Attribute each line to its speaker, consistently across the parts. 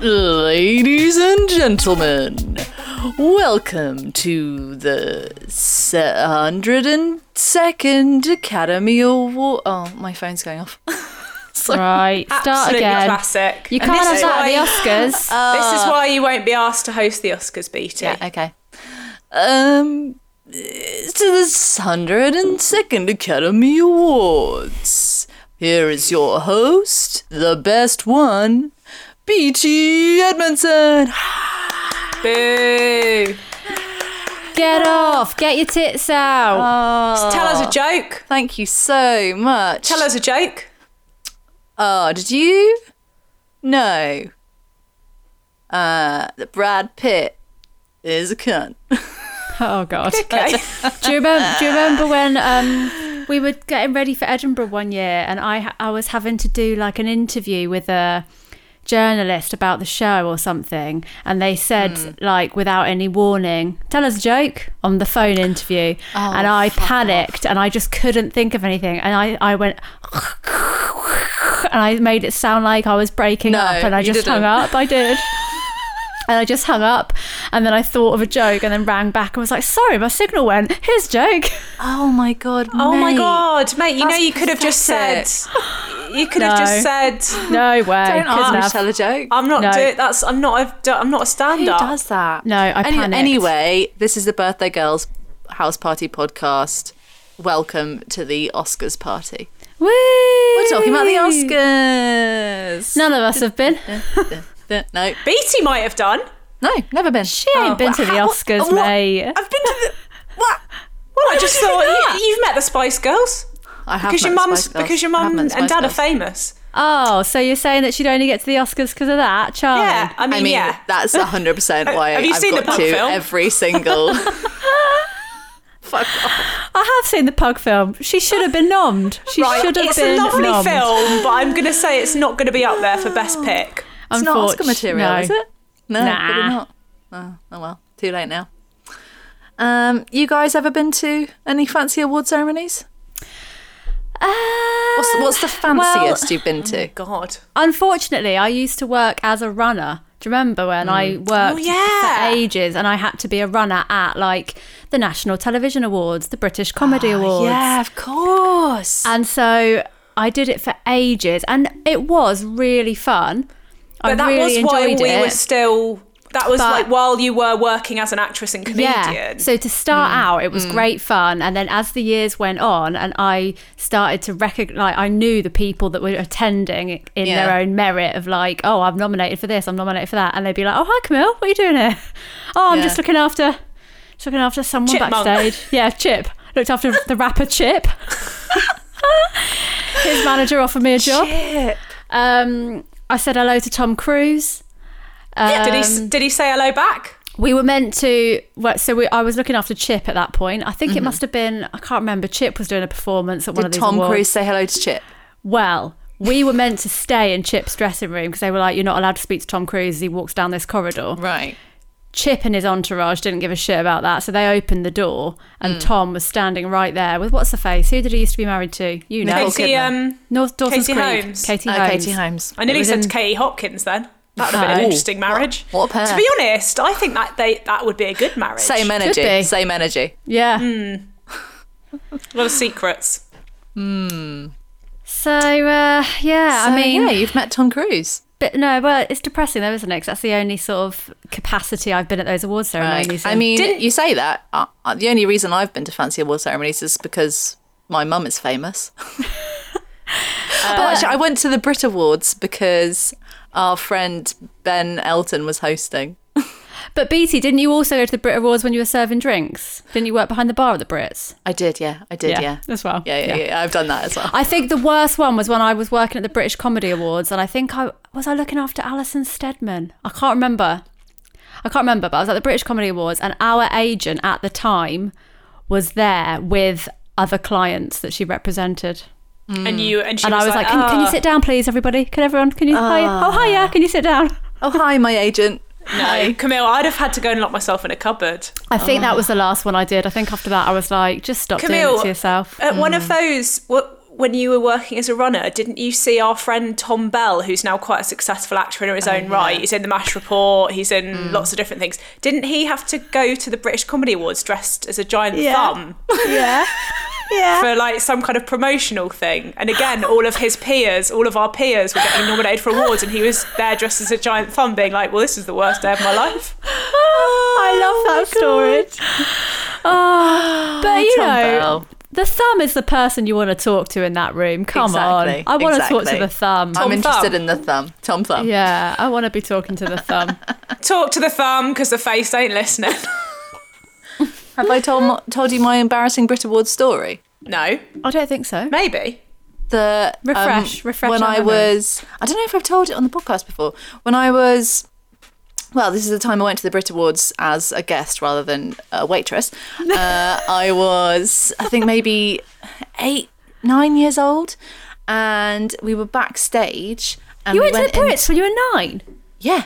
Speaker 1: Ladies and gentlemen, welcome to the 102nd Academy Award. Oh, my phone's going off. Sorry.
Speaker 2: Right, start
Speaker 3: Absolutely
Speaker 2: again.
Speaker 3: classic.
Speaker 2: You
Speaker 3: And
Speaker 2: can't
Speaker 3: this
Speaker 2: have
Speaker 3: is Uh,
Speaker 2: that at the Oscars.
Speaker 3: This is why you won't be asked to host the Oscars, BT.
Speaker 1: Yeah, okay. Um, to the 102nd Academy Awards. Here is your host, the best one, Peachy Edmondson.
Speaker 3: Boo.
Speaker 2: Get off. Get your tits out.
Speaker 3: Just tell us a joke.
Speaker 1: Thank you so much.
Speaker 3: Tell us a joke.
Speaker 1: Oh, did you? No. Uh, that Brad Pitt is a cunt.
Speaker 2: Oh, God.
Speaker 3: Okay.
Speaker 2: do you remember? Do you remember when um, we were getting ready for Edinburgh one year, and I I was having to do like an interview with a journalist about the show or something, and they said
Speaker 1: Hmm.
Speaker 2: like without any warning, "Tell us a joke" on the phone interview,
Speaker 1: Oh,
Speaker 2: and I panicked and I just couldn't think of anything, and I I went. And I made it sound like I was breaking
Speaker 1: No,
Speaker 2: up, and I
Speaker 1: you
Speaker 2: just hung
Speaker 1: didn't.
Speaker 2: up. I did. And I just hung up and then I thought of a joke and then rang back and was like, sorry, my signal went. Here's a joke.
Speaker 1: Oh my god.
Speaker 3: Oh my
Speaker 1: mate.
Speaker 3: god, mate! You know
Speaker 1: that's
Speaker 3: you could have just said. You could have just said.
Speaker 2: No way.
Speaker 1: Don't
Speaker 2: Couldn't
Speaker 1: ask me to
Speaker 2: have.
Speaker 1: tell a joke.
Speaker 3: I'm not
Speaker 2: No.
Speaker 3: doing that's I'm not a, I'm not a
Speaker 1: Who
Speaker 3: stand-up.
Speaker 1: does that?
Speaker 2: No, I
Speaker 1: Any-
Speaker 2: panicked.
Speaker 1: Anyway, this is the Birthday Girls House Party podcast. Welcome to the Oscars party.
Speaker 2: Woo!
Speaker 1: We're talking about the Oscars.
Speaker 2: None of us have been.
Speaker 1: No, no,
Speaker 3: BT might have done.
Speaker 1: no never been.
Speaker 2: She ain't been to the
Speaker 3: how-
Speaker 2: Oscars,
Speaker 3: what?
Speaker 2: mate.
Speaker 3: I've been to the what? Well, I just thought you, you've met the Spice Girls
Speaker 1: I have
Speaker 3: because your
Speaker 1: met Spice
Speaker 3: mum's
Speaker 1: Girls.
Speaker 3: because your
Speaker 1: I have
Speaker 3: mum
Speaker 1: met
Speaker 3: and
Speaker 1: Spice
Speaker 3: dad are
Speaker 1: Girls.
Speaker 3: famous.
Speaker 2: Oh, so you're saying that she'd only get to the Oscars because of that, Charlie?
Speaker 3: Yeah, I mean,
Speaker 1: I mean,
Speaker 3: yeah.
Speaker 1: that's hundred percent why
Speaker 3: Have you
Speaker 1: I've
Speaker 3: seen the
Speaker 1: got
Speaker 3: pub
Speaker 1: to
Speaker 3: film?
Speaker 1: every single. Fuck off.
Speaker 2: I have seen the Pug film. She should have been nommed. She
Speaker 3: Right,
Speaker 2: should have
Speaker 3: it's
Speaker 2: been
Speaker 3: a lovely
Speaker 2: nommed.
Speaker 3: film, but I'm going to say it's not going to be up there for best pick.
Speaker 1: It's not Oscar
Speaker 2: Unfortunate-
Speaker 1: material,
Speaker 2: no.
Speaker 1: is it? No,
Speaker 2: Nah.
Speaker 1: probably not. Oh, oh well, too late now. Um, you guys ever been to any fancy award ceremonies?
Speaker 2: Uh,
Speaker 1: What's, what's the fanciest you've been to?
Speaker 3: God.
Speaker 2: Unfortunately, I used to work as a runner. Do you remember when I
Speaker 1: Mm.
Speaker 2: worked
Speaker 3: Oh, yeah.
Speaker 2: for ages and I had to be a runner at like the National Television Awards, the British Comedy
Speaker 1: Ah,
Speaker 2: Awards?
Speaker 1: of course.
Speaker 2: And so I did it for ages and it was really fun. I
Speaker 3: But that
Speaker 2: really
Speaker 3: was while
Speaker 2: enjoyed
Speaker 3: we
Speaker 2: it.
Speaker 3: were still. That was
Speaker 2: But-
Speaker 3: like while you were working as an actress and comedian. Hmm.
Speaker 2: Yeah. So to start out, it was great fun, and then as the years went on, and I started to recognize, I knew the people that were attending in
Speaker 1: Yeah.
Speaker 2: their own merit of like, oh, I'm nominated for this, I'm nominated for that, and they'd be like, oh, hi, Camille, what are you doing here? Oh, I'm
Speaker 1: Yeah.
Speaker 2: just looking after, just looking after someone
Speaker 3: Chipmunk.
Speaker 2: backstage. Yeah, Chip. Looked after the rapper Chip. His manager offered me a job.
Speaker 3: Shit.
Speaker 2: Um, I said hello to Tom Cruise.
Speaker 3: did he
Speaker 2: um,
Speaker 3: s- did he say hello back?
Speaker 2: We were meant to. Well, so we, I was looking after Chip at that point. I think it must have been. I can't remember. Chip was doing a performance at one
Speaker 1: Mm-hmm.
Speaker 2: of
Speaker 1: Did
Speaker 2: these
Speaker 1: Tom
Speaker 2: awards.
Speaker 1: Cruise say hello to Chip?
Speaker 2: Well, we were meant to stay in Chip's dressing room because they were like, "You're not allowed to speak to Tom Cruise as he walks down this corridor."
Speaker 1: Right.
Speaker 2: Chip and his entourage didn't give a shit about that, so they opened the door,
Speaker 1: Mm.
Speaker 2: and Tom was standing right there with what's the face? Who did he used to be married to? You know,
Speaker 1: Nicole
Speaker 3: Katie,
Speaker 1: Kidman.
Speaker 3: um,
Speaker 2: North Dawson's
Speaker 3: Katie
Speaker 2: Creek.
Speaker 3: Holmes.
Speaker 2: Katie
Speaker 1: Uh,
Speaker 2: Holmes.
Speaker 1: Katie Holmes.
Speaker 3: I nearly
Speaker 2: was
Speaker 3: said
Speaker 2: in-
Speaker 3: Katie Hopkins. Then that would have been an
Speaker 2: No.
Speaker 3: interesting marriage.
Speaker 1: What a pair.
Speaker 3: to be honest, I think that they that would be a good marriage.
Speaker 1: Same energy.
Speaker 2: be.
Speaker 1: Same energy.
Speaker 2: Yeah.
Speaker 1: Mm.
Speaker 3: A lot of secrets.
Speaker 2: So uh, yeah, I
Speaker 1: So,
Speaker 2: mean,
Speaker 1: yeah, you've met Tom Cruise.
Speaker 2: But no, well, it's depressing though, isn't it? 'Cause that's the only sort of capacity I've been at those awards ceremonies.
Speaker 1: I
Speaker 2: in.
Speaker 1: mean,
Speaker 3: Didn't-
Speaker 1: you say that. Uh, uh, the only reason I've been to fancy award ceremonies is because my mum is famous. but actually, I went to the Brit Awards because our friend Ben Elton was hosting.
Speaker 2: but Beatty, didn't you also go to the Brit Awards when you were serving drinks? Didn't you work behind the bar at the Brits?
Speaker 1: I did, yeah, I did, yeah,
Speaker 2: as well.
Speaker 1: Yeah, yeah, yeah, I've done that as well.
Speaker 2: I think the worst one was when I was working at the British Comedy Awards, and I think I was I looking after Alison Steadman. I can't remember. I can't remember, but I was at the British Comedy Awards, and our agent at the time was there with other clients that she represented.
Speaker 3: And you and she
Speaker 2: Mm. And
Speaker 3: was
Speaker 2: I was like, can, can you
Speaker 3: "Ah."
Speaker 2: sit down, please, everybody? Can everyone? Can you? hi, oh, hi, yeah. Can you sit down?
Speaker 1: Oh, hi, my agent.
Speaker 3: No, Camille, I'd have had to go and lock myself in a cupboard.
Speaker 1: Oh,
Speaker 2: I think that was the last one I did. I think after that I was like, just stop doing
Speaker 3: Camille,
Speaker 2: it to yourself. Mm.
Speaker 3: At one of those, what when you were working as a runner, didn't you see our friend Tom Bell, who's now quite a successful actor in
Speaker 2: Oh,
Speaker 3: his own right? He's in the Mash Report, he's in
Speaker 2: Mm.
Speaker 3: lots of different things. Didn't he have to go to the British Comedy Awards dressed as a giant
Speaker 2: Yeah.
Speaker 3: thumb
Speaker 2: Yeah. Yeah.
Speaker 3: for like some kind of promotional thing? And again, all of his peers, all of our peers were getting nominated for awards, and he was there dressed as a giant thumb, being like, Well, this is the worst day of my life.
Speaker 2: I love that storage. Oh, but you
Speaker 1: Ah, Tom
Speaker 2: know,
Speaker 1: Bell.
Speaker 2: the thumb is the person you want to talk to in that room. Come
Speaker 1: Exactly,
Speaker 2: on, I want to talk
Speaker 1: exactly.
Speaker 2: to the thumb.
Speaker 1: I'm
Speaker 3: Tom
Speaker 1: interested
Speaker 3: Thumb.
Speaker 1: in the thumb. Tom Thumb.
Speaker 2: yeah, I want to be talking to the thumb.
Speaker 3: Talk to the thumb because the face ain't listening.
Speaker 1: Have I told my- told you my embarrassing Brit Award story?
Speaker 3: no,
Speaker 2: I don't think so.
Speaker 3: maybe.
Speaker 1: the um,
Speaker 2: Refresh, refresh
Speaker 1: when
Speaker 2: our
Speaker 1: I
Speaker 2: memory.
Speaker 1: was I don't know if I've told it on the podcast before when I was well this is the time I went to the Brit Awards as a guest rather than a waitress uh, I was I think maybe eight nine years old and we were backstage and
Speaker 2: You
Speaker 1: we
Speaker 2: went, to the
Speaker 1: in-
Speaker 2: Brits when you were nine.
Speaker 1: yeah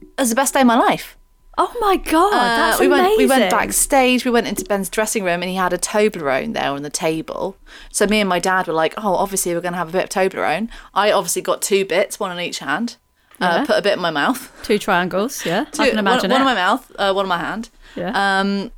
Speaker 1: it was the best day of my life
Speaker 2: Oh my god,
Speaker 1: uh,
Speaker 2: that's
Speaker 1: we went we went
Speaker 2: amazing.
Speaker 1: backstage. We went into Ben's dressing room, and he had a Toblerone there on the table. So me and my dad were like, "Oh, obviously we're going to have a bit of Toblerone." I obviously got two bits, one on each hand. Uh,
Speaker 2: Yeah.
Speaker 1: put a bit in my mouth.
Speaker 2: Two triangles. Yeah, I can
Speaker 1: One-
Speaker 2: imagine
Speaker 1: one,
Speaker 2: it.
Speaker 1: in my mouth, uh, one in my hand.
Speaker 2: Yeah.
Speaker 1: Um,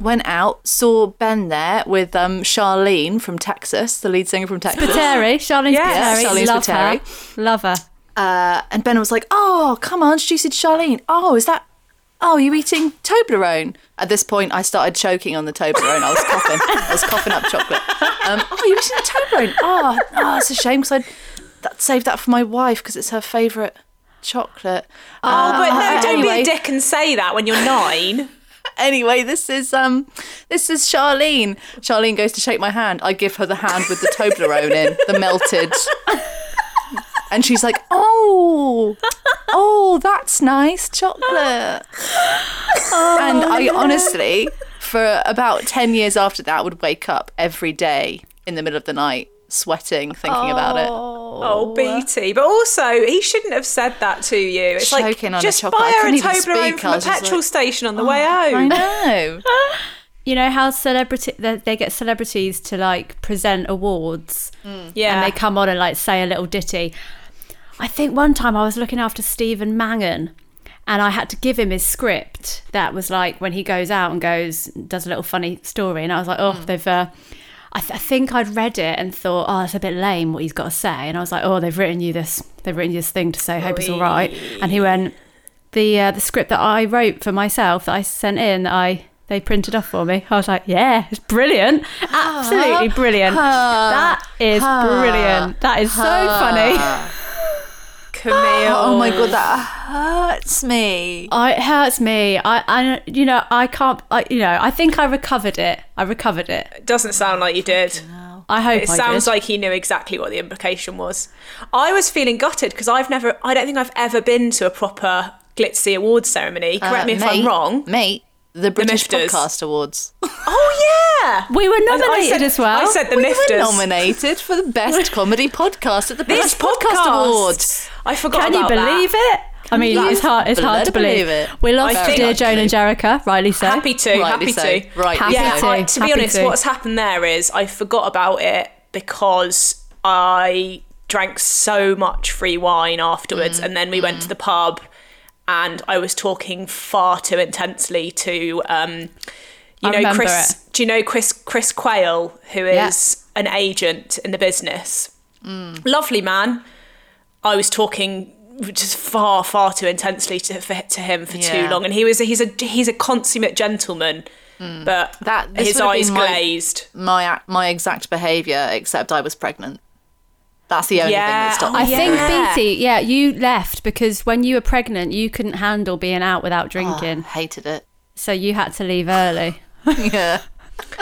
Speaker 1: went out, saw Ben there with um, Charlene from Texas, the lead singer from Texas.
Speaker 2: Spiteri, Charlene
Speaker 3: Yes,
Speaker 2: Spiteri,
Speaker 1: Charlene
Speaker 2: love
Speaker 1: Spiteri.
Speaker 2: her, love her.
Speaker 1: Uh, and Ben was like, "Oh, come on, she said Charlene. Oh, is that? Oh, you eating Toblerone?" At this point, I started choking on the Toblerone. I was coughing. I was coughing up chocolate. Um, oh, you eating Toblerone? Oh, oh, it's a shame because I that saved that for my wife because it's her favourite chocolate. Oh,
Speaker 3: but no, don't be a dick and say that when you're nine.
Speaker 1: anyway, this is um, this is Charlene. Charlene goes to shake my hand. I give her the hand with the Toblerone in the melted, and she's like, "Oh, oh, that's nice chocolate."
Speaker 3: Oh,
Speaker 1: and I honestly, for about ten years after that, would wake up every day in the middle of the night sweating, thinking about it.
Speaker 3: Oh, BT. But also, he shouldn't have said that to you. It's
Speaker 1: Choking on
Speaker 3: like,
Speaker 1: a
Speaker 3: just
Speaker 1: chocolate. I
Speaker 3: buy her a
Speaker 1: couldn't even
Speaker 3: Toblerone
Speaker 1: speak.
Speaker 3: from
Speaker 1: I
Speaker 3: a
Speaker 1: was just
Speaker 3: petrol
Speaker 1: like, "Oh,
Speaker 3: station on the way
Speaker 1: I
Speaker 3: home.
Speaker 1: know.
Speaker 2: You know how celebrity they they get celebrities to like present awards.
Speaker 3: Yeah.
Speaker 2: and they come on and like say a little ditty. I think one time I was looking after Stephen Mangan and I had to give him his script that was like when he goes out and goes, does a little funny story. And I was like, oh, they've. Uh, I, th- I think I'd read it and thought, oh, that's a bit lame what he's got to say. And I was like, oh, they've written you this, they've written you this thing to say. Hope it's all right. And he went, the uh, the script that I wrote for myself that I sent in, that I they printed off for me. I was like, yeah, it's brilliant, absolutely brilliant. that is brilliant. That is so funny.
Speaker 3: Camille.
Speaker 1: Oh my god, that hurts me.
Speaker 2: I, it hurts me. I, I, you know, I can't. I, you know, I think I recovered it. I recovered it.
Speaker 3: It doesn't sound like you did.
Speaker 2: I hope
Speaker 3: It
Speaker 2: I
Speaker 3: sounds
Speaker 2: did.
Speaker 3: like he knew exactly what the implication was. I was feeling gutted because I've never, I don't think I've ever been to a proper glitzy awards ceremony. Correct me if I'm
Speaker 1: Uh, mate,
Speaker 3: wrong.
Speaker 1: Mate, the British
Speaker 3: Mifters.
Speaker 1: Podcast Awards.
Speaker 3: Oh, yeah.
Speaker 2: we were
Speaker 3: And
Speaker 2: nominated
Speaker 3: I said,
Speaker 2: as well.
Speaker 3: I said the
Speaker 1: we were
Speaker 3: Mifters.
Speaker 1: nominated for the Best Comedy Podcast at the
Speaker 3: This
Speaker 1: Best Podcast, Awards.
Speaker 3: I forgot
Speaker 2: Can you
Speaker 3: about that.
Speaker 2: believe it? I mean,
Speaker 1: you
Speaker 2: it's hard. It's hard to
Speaker 1: bloody
Speaker 2: believe.
Speaker 1: believe it?
Speaker 2: We lost
Speaker 3: I think-
Speaker 2: dear Joan and Jerica, rightly so.
Speaker 3: Happy to,
Speaker 1: Rightly
Speaker 3: happy
Speaker 1: so,
Speaker 3: to.
Speaker 1: rightly
Speaker 3: yeah,
Speaker 2: so.
Speaker 3: I- to be
Speaker 2: Happy
Speaker 3: honest,
Speaker 2: to.
Speaker 3: what's happened there is I forgot about it because I drank so much free wine afterwards, and then we went
Speaker 2: Mm.
Speaker 3: to the pub, and I was talking far too intensely to, um, you know,
Speaker 2: remember
Speaker 3: Chris. Do you know Chris Chris Quayle, who
Speaker 2: Yeah. Mm.
Speaker 3: is an agent in the business? Lovely man. I was talking just far, far too intensely to for, to him for too
Speaker 1: Yeah.
Speaker 3: long, and he was he's a he's a consummate gentleman, but
Speaker 1: That- this
Speaker 3: his
Speaker 1: would have been
Speaker 3: eyes
Speaker 1: my-
Speaker 3: glazed.
Speaker 1: My ac- my exact behaviour, except I was pregnant. That's the only
Speaker 3: Yeah,
Speaker 1: thing that stopped
Speaker 3: oh,
Speaker 2: I
Speaker 1: me.
Speaker 3: Yeah.
Speaker 2: think BT, yeah, you left because when you were pregnant, you couldn't handle being out without drinking,
Speaker 3: Ah.
Speaker 1: Hated it.
Speaker 2: so you had to leave early.
Speaker 1: Yeah.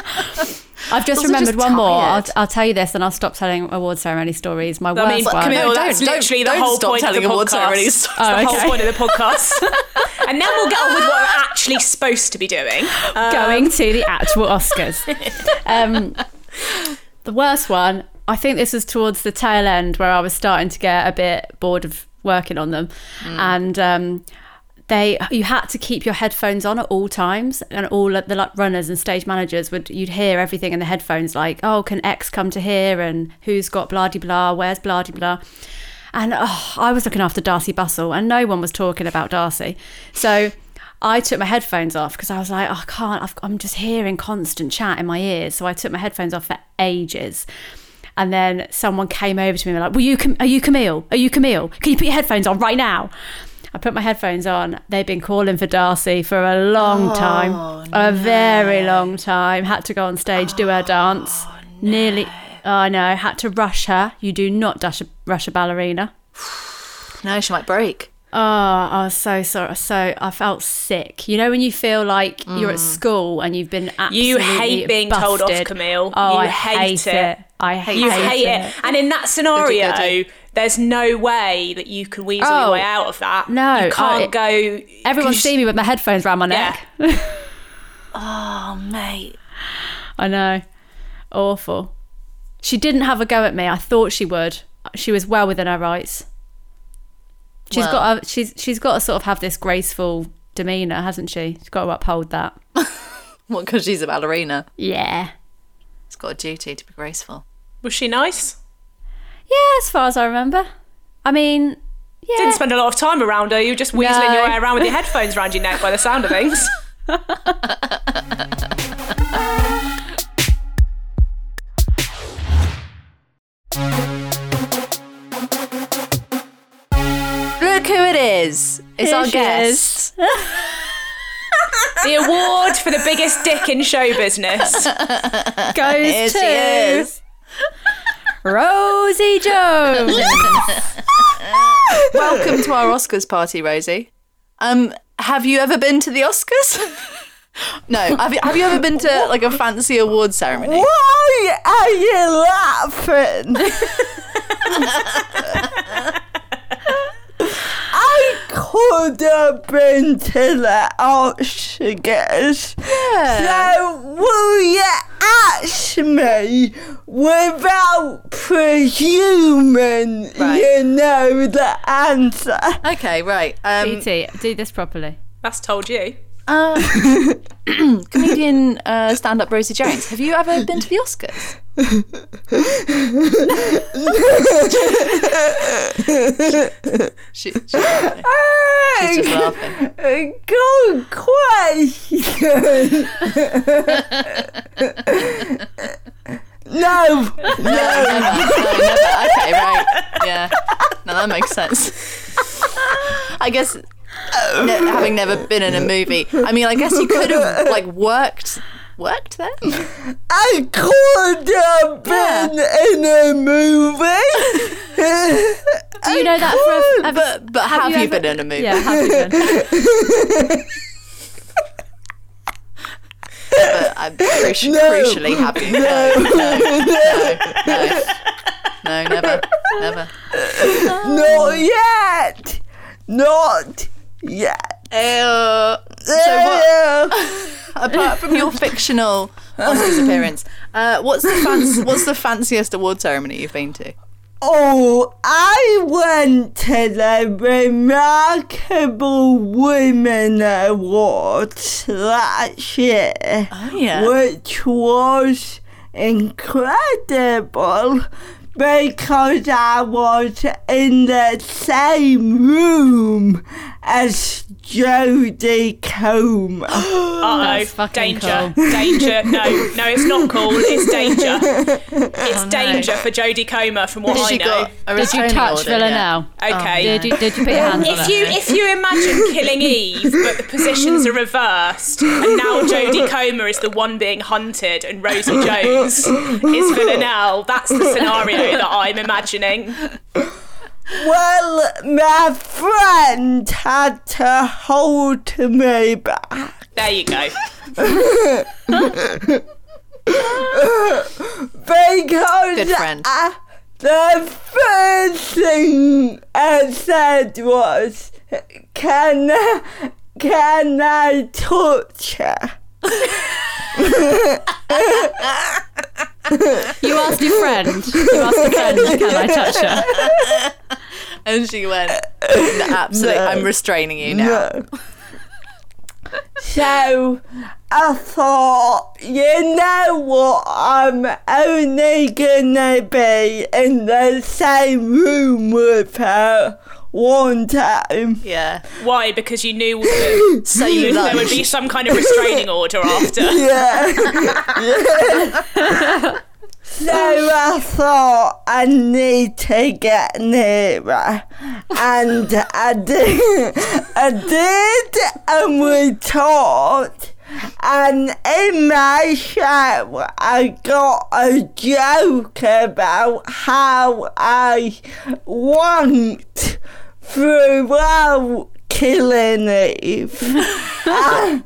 Speaker 2: I've just
Speaker 1: Also
Speaker 2: remembered
Speaker 1: just
Speaker 2: one more. I'll,
Speaker 1: tired.
Speaker 2: I'll tell you this, and I'll stop telling award ceremony stories. My
Speaker 3: I mean,
Speaker 2: worst one.
Speaker 3: Camille,
Speaker 1: No,
Speaker 3: that's
Speaker 1: don't-
Speaker 3: literally
Speaker 1: don't-
Speaker 3: the whole
Speaker 1: don't stop
Speaker 3: point of the
Speaker 1: telling award
Speaker 3: podcast.
Speaker 1: ceremonies.
Speaker 3: It's the
Speaker 2: Oh, okay.
Speaker 3: whole point of the podcast. and then we'll get on with what we're actually supposed to be doing. Um,
Speaker 2: going to the actual Oscars. um, the worst one, I think this was towards the tail end where I was starting to get a bit bored of working on them. And um, they you had to keep your headphones on at all times and all of the like runners and stage managers would you'd hear everything in the headphones like oh can x come to here and who's got blah de blah where's blah de blah and oh, i was looking after darcy bustle and no one was talking about darcy so i took my headphones off because i was like oh, i can't I've, i'm just hearing constant chat in my ears so i took my headphones off for ages and then someone came over to me and were like well you Cam- are you camille are you camille can you put your headphones on right now I put my headphones on. They've been calling for Darcy for a long time, a very long time. Had to go on stage, do her dance. Nearly, I know. Had to rush her. You do not dash a, rush a ballerina.
Speaker 1: No, she might break.
Speaker 2: Oh, I was so sorry. So I felt sick. You know when you feel like you're at school and you've been absolutely
Speaker 3: Mm. You hate being told off,
Speaker 2: busted?
Speaker 3: Camille.
Speaker 2: Oh,
Speaker 3: You
Speaker 2: I
Speaker 3: hate
Speaker 2: hate
Speaker 3: it.
Speaker 2: it. I hate,
Speaker 3: You hate it. And in that scenario, there's no way that you can weasel your
Speaker 2: Oh,
Speaker 3: way out of that.
Speaker 2: no.
Speaker 3: You
Speaker 2: Oh,
Speaker 3: can't
Speaker 2: it-
Speaker 3: go.
Speaker 2: Everyone's
Speaker 3: you-
Speaker 2: seen me with my headphones around my neck.
Speaker 1: Oh, mate.
Speaker 2: I know. Awful. She didn't have a go at me. I thought she would. She was well within her rights. She's
Speaker 1: Well.
Speaker 2: got a, she's she's got to sort of have this graceful demeanor, hasn't she? She's got to uphold that.
Speaker 1: Well, because she's a ballerina.
Speaker 2: Yeah.
Speaker 1: It's got a duty to be graceful.
Speaker 3: Was she nice?
Speaker 2: Yeah, as far as I remember. I mean, yeah.
Speaker 3: Didn't spend a lot of time around her. You were just weaseling
Speaker 2: No.
Speaker 3: your way around with your headphones around your neck by the sound of things.
Speaker 1: Look who it is. It's
Speaker 2: Here
Speaker 1: our
Speaker 2: she
Speaker 1: guest.
Speaker 3: the award for the biggest dick in show business.
Speaker 1: Here
Speaker 2: goes
Speaker 1: she
Speaker 2: to
Speaker 1: is.
Speaker 2: Rosie Jones.
Speaker 1: Welcome to our Oscars party, Rosie. Um, have you ever been to the Oscars? no. Have you, have you ever been to like a fancy award ceremony?
Speaker 4: Why are you laughing? I could have been to the Oscars. So will you ask me without presuming you know the answer?
Speaker 1: Okay, right. Um, uh,
Speaker 2: BT, do this properly.
Speaker 3: That's told you.
Speaker 1: comedian uh, stand-up Rosie Jones. Have you ever been to the Oscars? she, she, she's just laughing.
Speaker 4: Good question. no,
Speaker 1: Okay, right. Yeah. No, that makes sense. I guess ne- having never been in a movie, I mean, I guess you could have like worked worked there.
Speaker 4: I could have been in a movie.
Speaker 2: Do you know that for a, have-
Speaker 1: But but have,
Speaker 2: you
Speaker 1: you,
Speaker 2: ever-
Speaker 1: been in a movie?
Speaker 2: yeah, have you been?
Speaker 1: But I'm cruci- crucially have you? No, no, no, no, no, never, never.
Speaker 4: Not yet. Not yet.
Speaker 2: Uh,
Speaker 1: so what, apart from your fictional Oscars appearance, uh, what's the fanc- what's the fanciest award ceremony you've been to?
Speaker 4: Oh, I went to the Remarkable Women Awards last year,
Speaker 1: Oh.
Speaker 2: Oh,
Speaker 1: yeah.
Speaker 4: which was incredible because I was in the same room as Jodie Comer.
Speaker 3: Uh
Speaker 2: That's
Speaker 3: oh,
Speaker 2: fucking
Speaker 3: danger, danger. No, no, it's not cool. It's danger. It's danger for Jodie Comer, from what I
Speaker 1: She
Speaker 3: know.
Speaker 1: got a
Speaker 2: Did you
Speaker 1: restraining
Speaker 2: touch
Speaker 1: order, yeah.
Speaker 2: Villanelle?
Speaker 3: Okay.
Speaker 2: Did you did you put your hands on
Speaker 3: If
Speaker 2: her?
Speaker 3: you if you imagine killing Eve, but the positions are reversed, and now Jodie Comer is the one being hunted, and Rosie Jones is Villanelle. That's the scenario that I'm imagining.
Speaker 4: Well, my friend had to hold me back.
Speaker 3: There you go.
Speaker 4: Because
Speaker 1: Good friend.
Speaker 4: I- the first thing I said was, "Can I, can I touch her?"
Speaker 2: You asked your friend. You asked your friend, can I touch her? Uh,
Speaker 1: and she went. Absolutely. I'm restraining you now.
Speaker 4: so I thought, you know what? I'm only gonna be in the same room with her one time.
Speaker 1: Yeah.
Speaker 3: Why? Because you knew that
Speaker 1: So you
Speaker 3: there would
Speaker 1: love.
Speaker 3: be some kind of restraining order after.
Speaker 4: Yeah. so I thought I need to get nearer. And I did. I did, and we talked. And in my show, I got a joke about how I wanked throughout Killing Eve. I-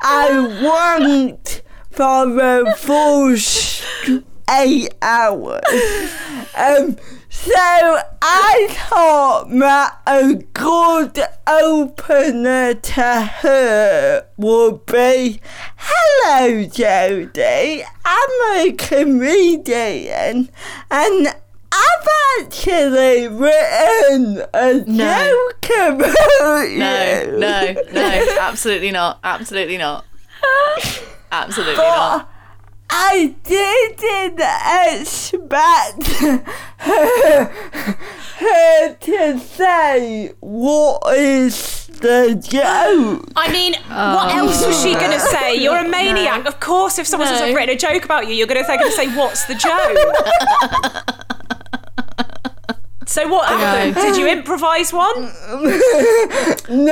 Speaker 4: I worked for a full s- eight hours. Um, so I thought that a good opener to her would be Hello, Jodie. I'm a comedian and I've actually written a joke about
Speaker 1: No,
Speaker 4: you.
Speaker 1: no, no. Absolutely not. Absolutely not. Absolutely not.
Speaker 4: I didn't expect her, her to say what is the joke.
Speaker 3: I mean, what
Speaker 1: Oh.
Speaker 3: else was she going to say? You're a maniac. Of course, if someone says
Speaker 2: No.
Speaker 3: I've written a joke about you, you're going to they're going to say, "What's the joke?" so what happened? Did you improvise one?
Speaker 4: No,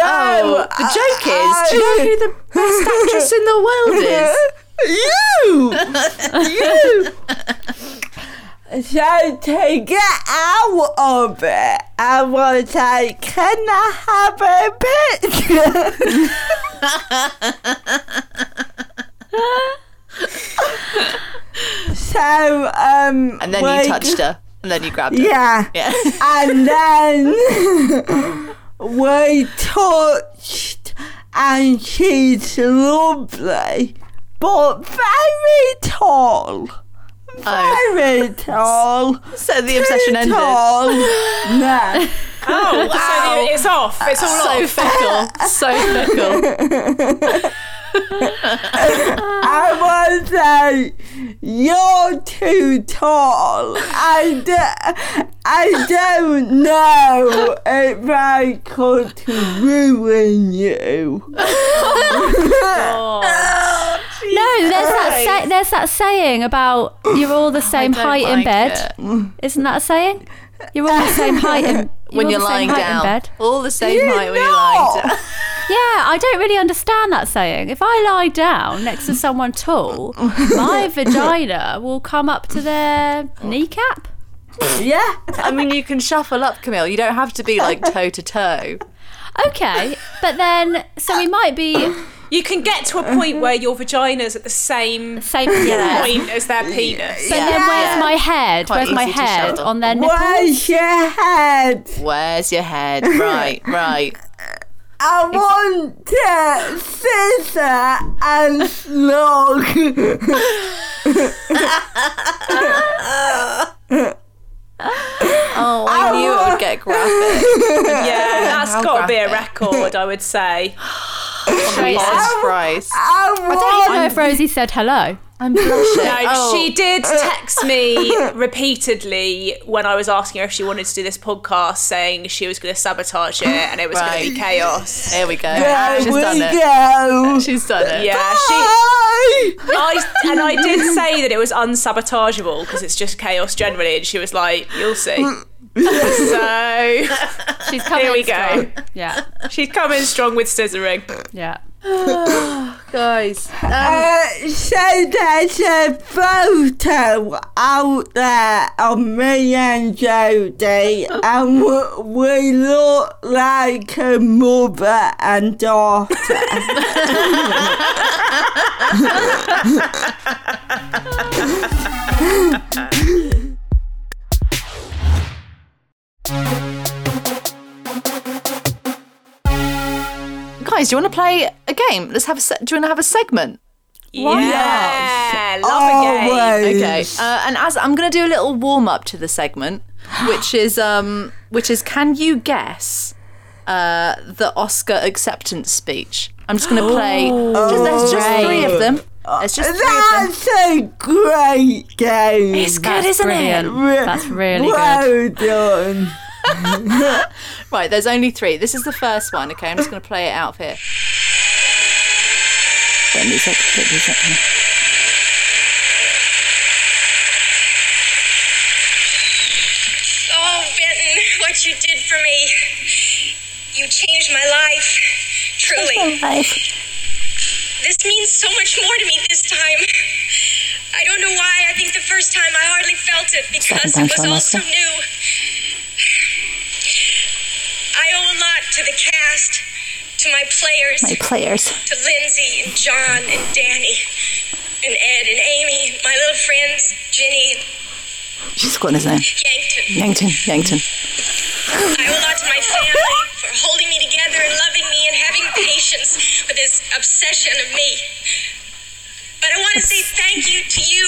Speaker 1: Oh, The joke is, do you know who the best actress in the world is?
Speaker 4: you, you. So to get out of it, I was like, "Can I have a picture?" so um,
Speaker 1: And then you touched her. And then you grabbed her.
Speaker 4: Yeah,
Speaker 1: Yeah.
Speaker 4: and then we touched, and she's lovely, but very tall.
Speaker 1: Oh.
Speaker 4: Very tall.
Speaker 1: So the obsession ended.
Speaker 4: Tall. No.
Speaker 3: Oh, so the- it's off. It's all
Speaker 1: So
Speaker 3: off.
Speaker 1: fickle. So fickle.
Speaker 4: I was like, you're too tall. I, d- I don't know if I could ruin you.
Speaker 2: No, there's that say, there's that saying about you're all the same
Speaker 1: don't
Speaker 2: height in
Speaker 1: like
Speaker 2: bed. Isn't that a saying? You're all the same height in
Speaker 1: When you're
Speaker 2: all the same
Speaker 1: lying
Speaker 2: height in
Speaker 1: down.
Speaker 2: bed.
Speaker 1: All the same
Speaker 4: You're
Speaker 1: height when you're
Speaker 4: not.
Speaker 1: lying down.
Speaker 2: Yeah, I don't really understand that saying. If I lie down next to someone tall, my vagina will come up to their kneecap.
Speaker 4: Yeah.
Speaker 1: I mean, you can shuffle up, Camille. You don't have to be like toe to toe.
Speaker 2: Okay, but then so we might be
Speaker 3: You can get to a point where your vagina's at the same
Speaker 2: same. Yeah.
Speaker 3: point as their penis.
Speaker 2: But then where's my head?
Speaker 1: Quite
Speaker 2: where's my
Speaker 1: easy to
Speaker 2: head
Speaker 1: shoulder.
Speaker 2: on their nipple?
Speaker 4: Where's your head?
Speaker 1: Where's your head? Right, right.
Speaker 4: I want to scissor and slog.
Speaker 1: Oh, I knew it would get graphic.
Speaker 3: Yeah, that's
Speaker 1: How
Speaker 3: got to be a
Speaker 1: graphic.
Speaker 3: record, I would say.
Speaker 1: Jesus Christ.
Speaker 4: I
Speaker 2: I
Speaker 4: want
Speaker 2: don't know if Rosie said hello.
Speaker 1: I'm blushing.
Speaker 3: No, she did text me repeatedly when I was asking her if she wanted to do this podcast, saying she was going to sabotage it and it was going to
Speaker 1: Right.
Speaker 3: be chaos.
Speaker 1: There we go.
Speaker 4: There
Speaker 1: She's
Speaker 4: we
Speaker 1: done it.
Speaker 4: go.
Speaker 1: She's done it.
Speaker 3: Yeah, she
Speaker 4: Bye.
Speaker 3: I, and I did say that it was unsabotageable because it's just chaos generally, and she was like, "You'll see." so
Speaker 2: She's coming.
Speaker 3: here we
Speaker 2: in strong.
Speaker 3: go.
Speaker 2: Yeah,
Speaker 3: She's coming strong with scissoring.
Speaker 2: yeah.
Speaker 1: Guys.
Speaker 4: Uh, so there's a photo out there of me and Jodie, and w- we look like a mother and daughter.
Speaker 1: Guys, do you want to play a game? Let's have a se- do you want to have a segment?
Speaker 3: Yeah, love
Speaker 1: Oh,
Speaker 3: a game.
Speaker 4: Always.
Speaker 1: Okay. Uh, and as I'm going to do a little warm up to the segment, which is um which is can you guess uh, the Oscar acceptance speech. I'm just going to play. just- there's just
Speaker 2: Great.
Speaker 1: three of them. There's just three of them.
Speaker 4: That's a great game.
Speaker 1: It's good,
Speaker 2: That's
Speaker 1: isn't
Speaker 2: brilliant.
Speaker 1: it?
Speaker 2: That's really good.
Speaker 4: well done.
Speaker 1: Right, there's only three. This is the first one, okay? I'm just going to play it out here. Bit of music, bit of music.
Speaker 5: Oh, Benton, what you did for me. You changed my life. Truly. This means so much more to me this time. I don't know why. I think the first time I hardly felt it because it was all so new. I owe a lot to the cast, to my players, my players, to Lindsay and John and Danny and Ed and Amy, my little friends, Ginny,
Speaker 1: She's got his name.
Speaker 5: Yankton.
Speaker 1: Yankton, Yankton.
Speaker 5: I owe a lot to my family for holding me together and loving me and having patience with this obsession of me. But I want to say thank you to you.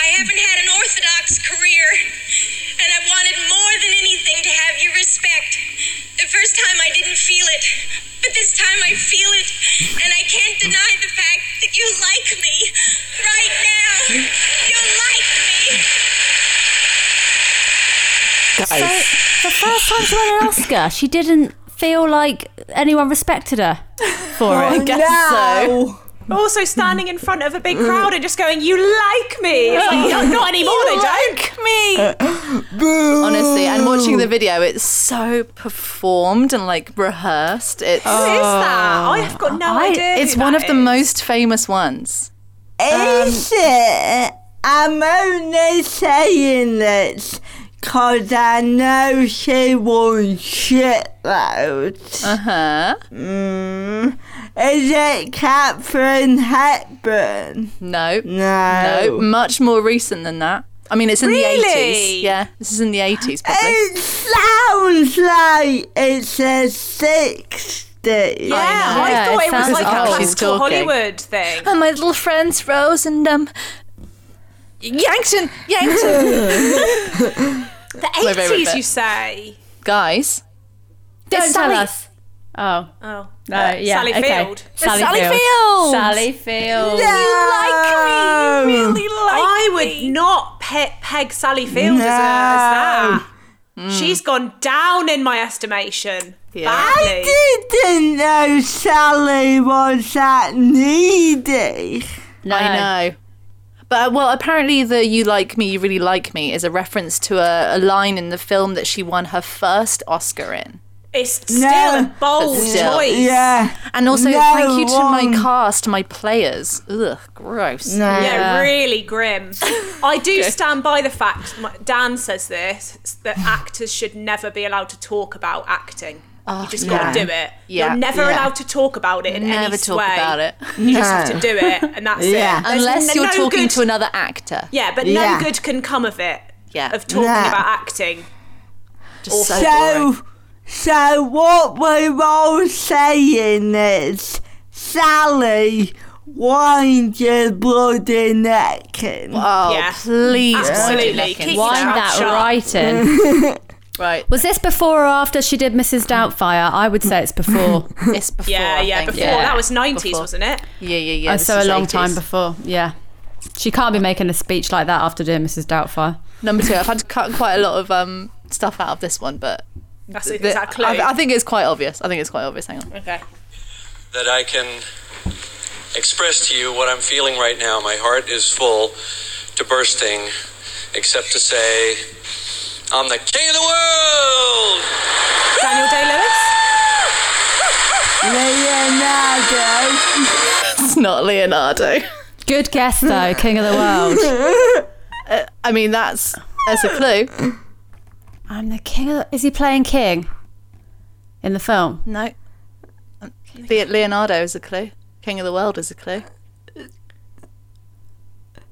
Speaker 5: I haven't had an orthodox career, and I wanted more than anything to have your respect. The first time I didn't feel it, but this time I feel it, and I can't deny the fact that you like me right now. You like me.
Speaker 2: So the first time she won an Oscar, she didn't feel like anyone respected her for it.
Speaker 1: guess so.
Speaker 4: Now,
Speaker 3: Also standing in front of a
Speaker 1: Mm.
Speaker 3: big crowd and just going, "You like me?" It's like, "No, not anymore. they don't.
Speaker 1: me.
Speaker 4: boo.
Speaker 1: Honestly, um, and watching the video, it's so performed and like rehearsed. It's
Speaker 3: Who is that? I have got no
Speaker 2: I-
Speaker 3: idea. who
Speaker 1: it's one
Speaker 3: that
Speaker 1: of the
Speaker 3: is.
Speaker 1: most famous ones.
Speaker 4: Is it? I'm only saying this because I know she won shitloads.
Speaker 1: Uh huh.
Speaker 4: Mm. Is it Catherine Hepburn?
Speaker 1: No.
Speaker 4: No.
Speaker 1: No. Much more recent than that. I mean, it's in the
Speaker 3: Really?
Speaker 1: 80s. Yeah, this is in the 80s, probably.
Speaker 4: It sounds like it's a 60s.
Speaker 3: Yeah, I,
Speaker 2: Yeah,
Speaker 3: thought
Speaker 2: it
Speaker 3: it, was
Speaker 2: sounds
Speaker 3: like
Speaker 1: like-
Speaker 3: a
Speaker 1: Oh, she's
Speaker 3: classical
Speaker 1: talking.
Speaker 3: Hollywood thing.
Speaker 1: and my little friends Rose and um Yankton, Yankton,
Speaker 3: The
Speaker 1: my favourite
Speaker 3: eighties,
Speaker 1: bit.
Speaker 3: you say?
Speaker 1: guys.
Speaker 2: Don't
Speaker 1: It's
Speaker 2: tell
Speaker 1: Sally-
Speaker 2: us. Oh,
Speaker 3: Oh,
Speaker 2: no, yeah.
Speaker 3: Sally
Speaker 2: okay.
Speaker 3: Field.
Speaker 2: Sally,
Speaker 1: Sally
Speaker 2: Field.
Speaker 1: Fields.
Speaker 2: Sally Field.
Speaker 4: like me,
Speaker 3: really like I would not pe- peg Sally Field as, a, as that. She's gone down in my estimation.
Speaker 1: Yeah.
Speaker 3: Badly.
Speaker 4: I didn't know Sally was that needy.
Speaker 2: No.
Speaker 1: I know. But uh, well, apparently the "You Like Me, You Really Like Me" is a reference to a, a line in the film that she won her first Oscar in.
Speaker 3: It's still
Speaker 4: No.
Speaker 3: a bold
Speaker 1: But still.
Speaker 3: choice.
Speaker 4: Yeah.
Speaker 1: And also,
Speaker 4: No,
Speaker 1: thank you to
Speaker 4: wrong.
Speaker 1: my cast, my players. Ugh, gross.
Speaker 4: No.
Speaker 3: Yeah,
Speaker 1: Uh,
Speaker 3: really grim. I do stand by the fact. my- Dan says this that actors should never be allowed to talk about acting. you just got
Speaker 1: Ah, yeah.
Speaker 3: to do it.
Speaker 1: Yeah,
Speaker 3: You're never
Speaker 1: yeah.
Speaker 3: allowed to talk about it in
Speaker 1: Never
Speaker 3: any
Speaker 1: talk
Speaker 3: way.
Speaker 1: about it
Speaker 3: You just have to do it, and that's
Speaker 4: Yeah.
Speaker 3: it. There's
Speaker 1: unless
Speaker 3: n-
Speaker 1: you're
Speaker 3: no
Speaker 1: talking
Speaker 3: good-
Speaker 1: to another actor.
Speaker 3: Yeah, but
Speaker 4: Yeah.
Speaker 3: no good can come of it.
Speaker 1: Yeah.
Speaker 3: Of talking
Speaker 4: Yeah.
Speaker 3: about acting.
Speaker 1: Just so boring.
Speaker 4: So, so what we're all saying is, Sally, wind your bloody neck in.
Speaker 1: Oh,
Speaker 3: Yeah.
Speaker 1: please,
Speaker 3: Absolutely.
Speaker 1: Wanda Lekin.
Speaker 3: Keep
Speaker 2: Wind
Speaker 3: Sharp,
Speaker 2: that
Speaker 3: sharp.
Speaker 2: right in.
Speaker 1: Right,
Speaker 2: Was this before or after she did Mrs. Doubtfire? I would say it's before.
Speaker 1: it's before.
Speaker 3: Yeah,
Speaker 1: I
Speaker 3: yeah.
Speaker 1: think.
Speaker 3: Before
Speaker 1: yeah.
Speaker 3: that was nineties,
Speaker 1: Before.
Speaker 3: wasn't it?
Speaker 1: Yeah, yeah, yeah.
Speaker 2: Oh,
Speaker 1: this
Speaker 2: so a
Speaker 1: is
Speaker 2: long time
Speaker 1: 80s.
Speaker 2: before. Yeah. She can't be making a speech like that after doing Mrs. Doubtfire.
Speaker 1: Number two. I've had to cut quite a lot of um stuff out of this one, but
Speaker 3: That's
Speaker 1: th-
Speaker 3: exactly.
Speaker 1: I, I think it's quite obvious. I think it's quite obvious. Hang on.
Speaker 3: okay.
Speaker 6: that I can express to you what I'm feeling right now. My heart is full to bursting, except to say, I'm the king of the world!
Speaker 3: Daniel Day Lewis.
Speaker 4: Leonardo.
Speaker 1: It's not Leonardo.
Speaker 2: Good guess, though, King of the World.
Speaker 1: I mean, that's that's a clue.
Speaker 2: I'm the King of the... Is he playing King in the film?
Speaker 1: No, Le- Leonardo is a clue. King of the world is a clue.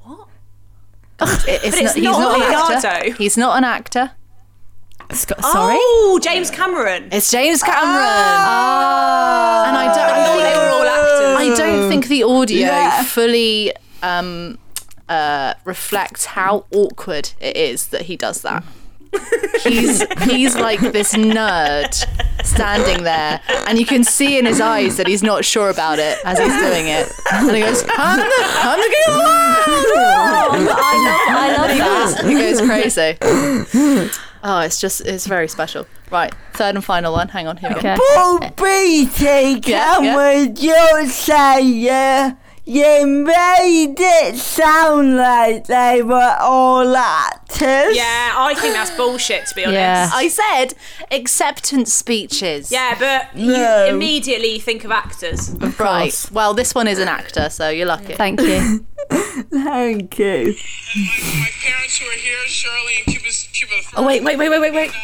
Speaker 1: What? It- it's
Speaker 3: it's
Speaker 1: he's
Speaker 3: not
Speaker 1: not an actor.
Speaker 3: Leonardo.
Speaker 1: He's not an actor.
Speaker 2: Sc- Sorry?
Speaker 3: Oh, James Cameron.
Speaker 1: It's James Cameron. And I don't.
Speaker 3: I thought they were all actors.
Speaker 1: I don't think the audio
Speaker 4: Yeah.
Speaker 1: fully um, uh, reflects how awkward it is that he does that. he's he's like this nerd standing there, and you can see in his eyes that he's not sure about it as he's doing it. And he goes, "I'm the, I'm the king of the world!"
Speaker 7: I love, I love
Speaker 1: He goes-
Speaker 7: that.
Speaker 1: He goes crazy. Oh, it's just it's very special. Right, third and final one. Hang on, here. we go.
Speaker 2: Okay.
Speaker 4: Paul Beatty,
Speaker 1: Yeah,
Speaker 4: can we just say you, you made it sound like they were all actors?
Speaker 3: Yeah, I think that's bullshit to be honest.
Speaker 2: Yeah.
Speaker 1: I said acceptance speeches.
Speaker 3: Yeah, but
Speaker 4: No.
Speaker 3: you immediately think of actors.
Speaker 1: right. Well, this one is an actor, so you're lucky.
Speaker 2: Thank you.
Speaker 4: Thank you.
Speaker 8: My, my parents who are here, Shirley and Cupid's, Cupid the First.
Speaker 1: Oh wait, wait, wait, wait, wait, wait.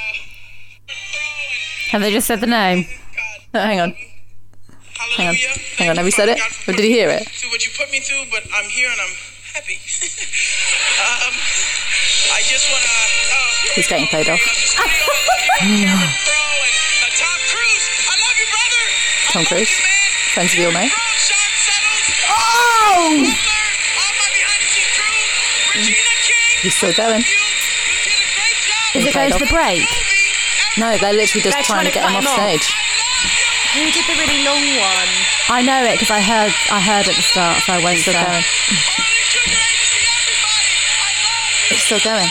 Speaker 2: Have they just said the
Speaker 8: uh,
Speaker 2: name?
Speaker 1: No, hang on.
Speaker 8: Hallelujah.
Speaker 1: on.
Speaker 8: Thank
Speaker 1: Hang on,
Speaker 8: you,
Speaker 1: have we said
Speaker 8: Father
Speaker 1: it?
Speaker 8: God, for
Speaker 1: Or did he hear it?
Speaker 8: putting me Through what you put me through, but I'm here and I'm happy. um, I just want to. Uh,
Speaker 1: He's getting played off.
Speaker 8: uh, Tom Cruise, I love you, brother. I
Speaker 1: Tom
Speaker 8: love
Speaker 1: Cruise.
Speaker 8: you, man.
Speaker 1: Friends of the Old Mate.
Speaker 8: Brown, Sean Settles,
Speaker 4: Oh!
Speaker 8: Butler, all my behind-the-scenes crew, Regina King.
Speaker 1: He's still going.
Speaker 8: You, you did a
Speaker 7: Is it
Speaker 8: great job.
Speaker 7: going to the break?
Speaker 8: Movie,
Speaker 7: No, they're literally just
Speaker 3: They're
Speaker 7: trying, to get
Speaker 3: trying
Speaker 7: him
Speaker 3: to
Speaker 7: off
Speaker 3: cut him off.
Speaker 7: stage.
Speaker 3: Who did the really long one?
Speaker 2: I know it because I heard I heard at the start, so I won't
Speaker 7: Still
Speaker 2: say.
Speaker 7: going.
Speaker 8: Holy good night to everybody. I love you.
Speaker 7: It's still going.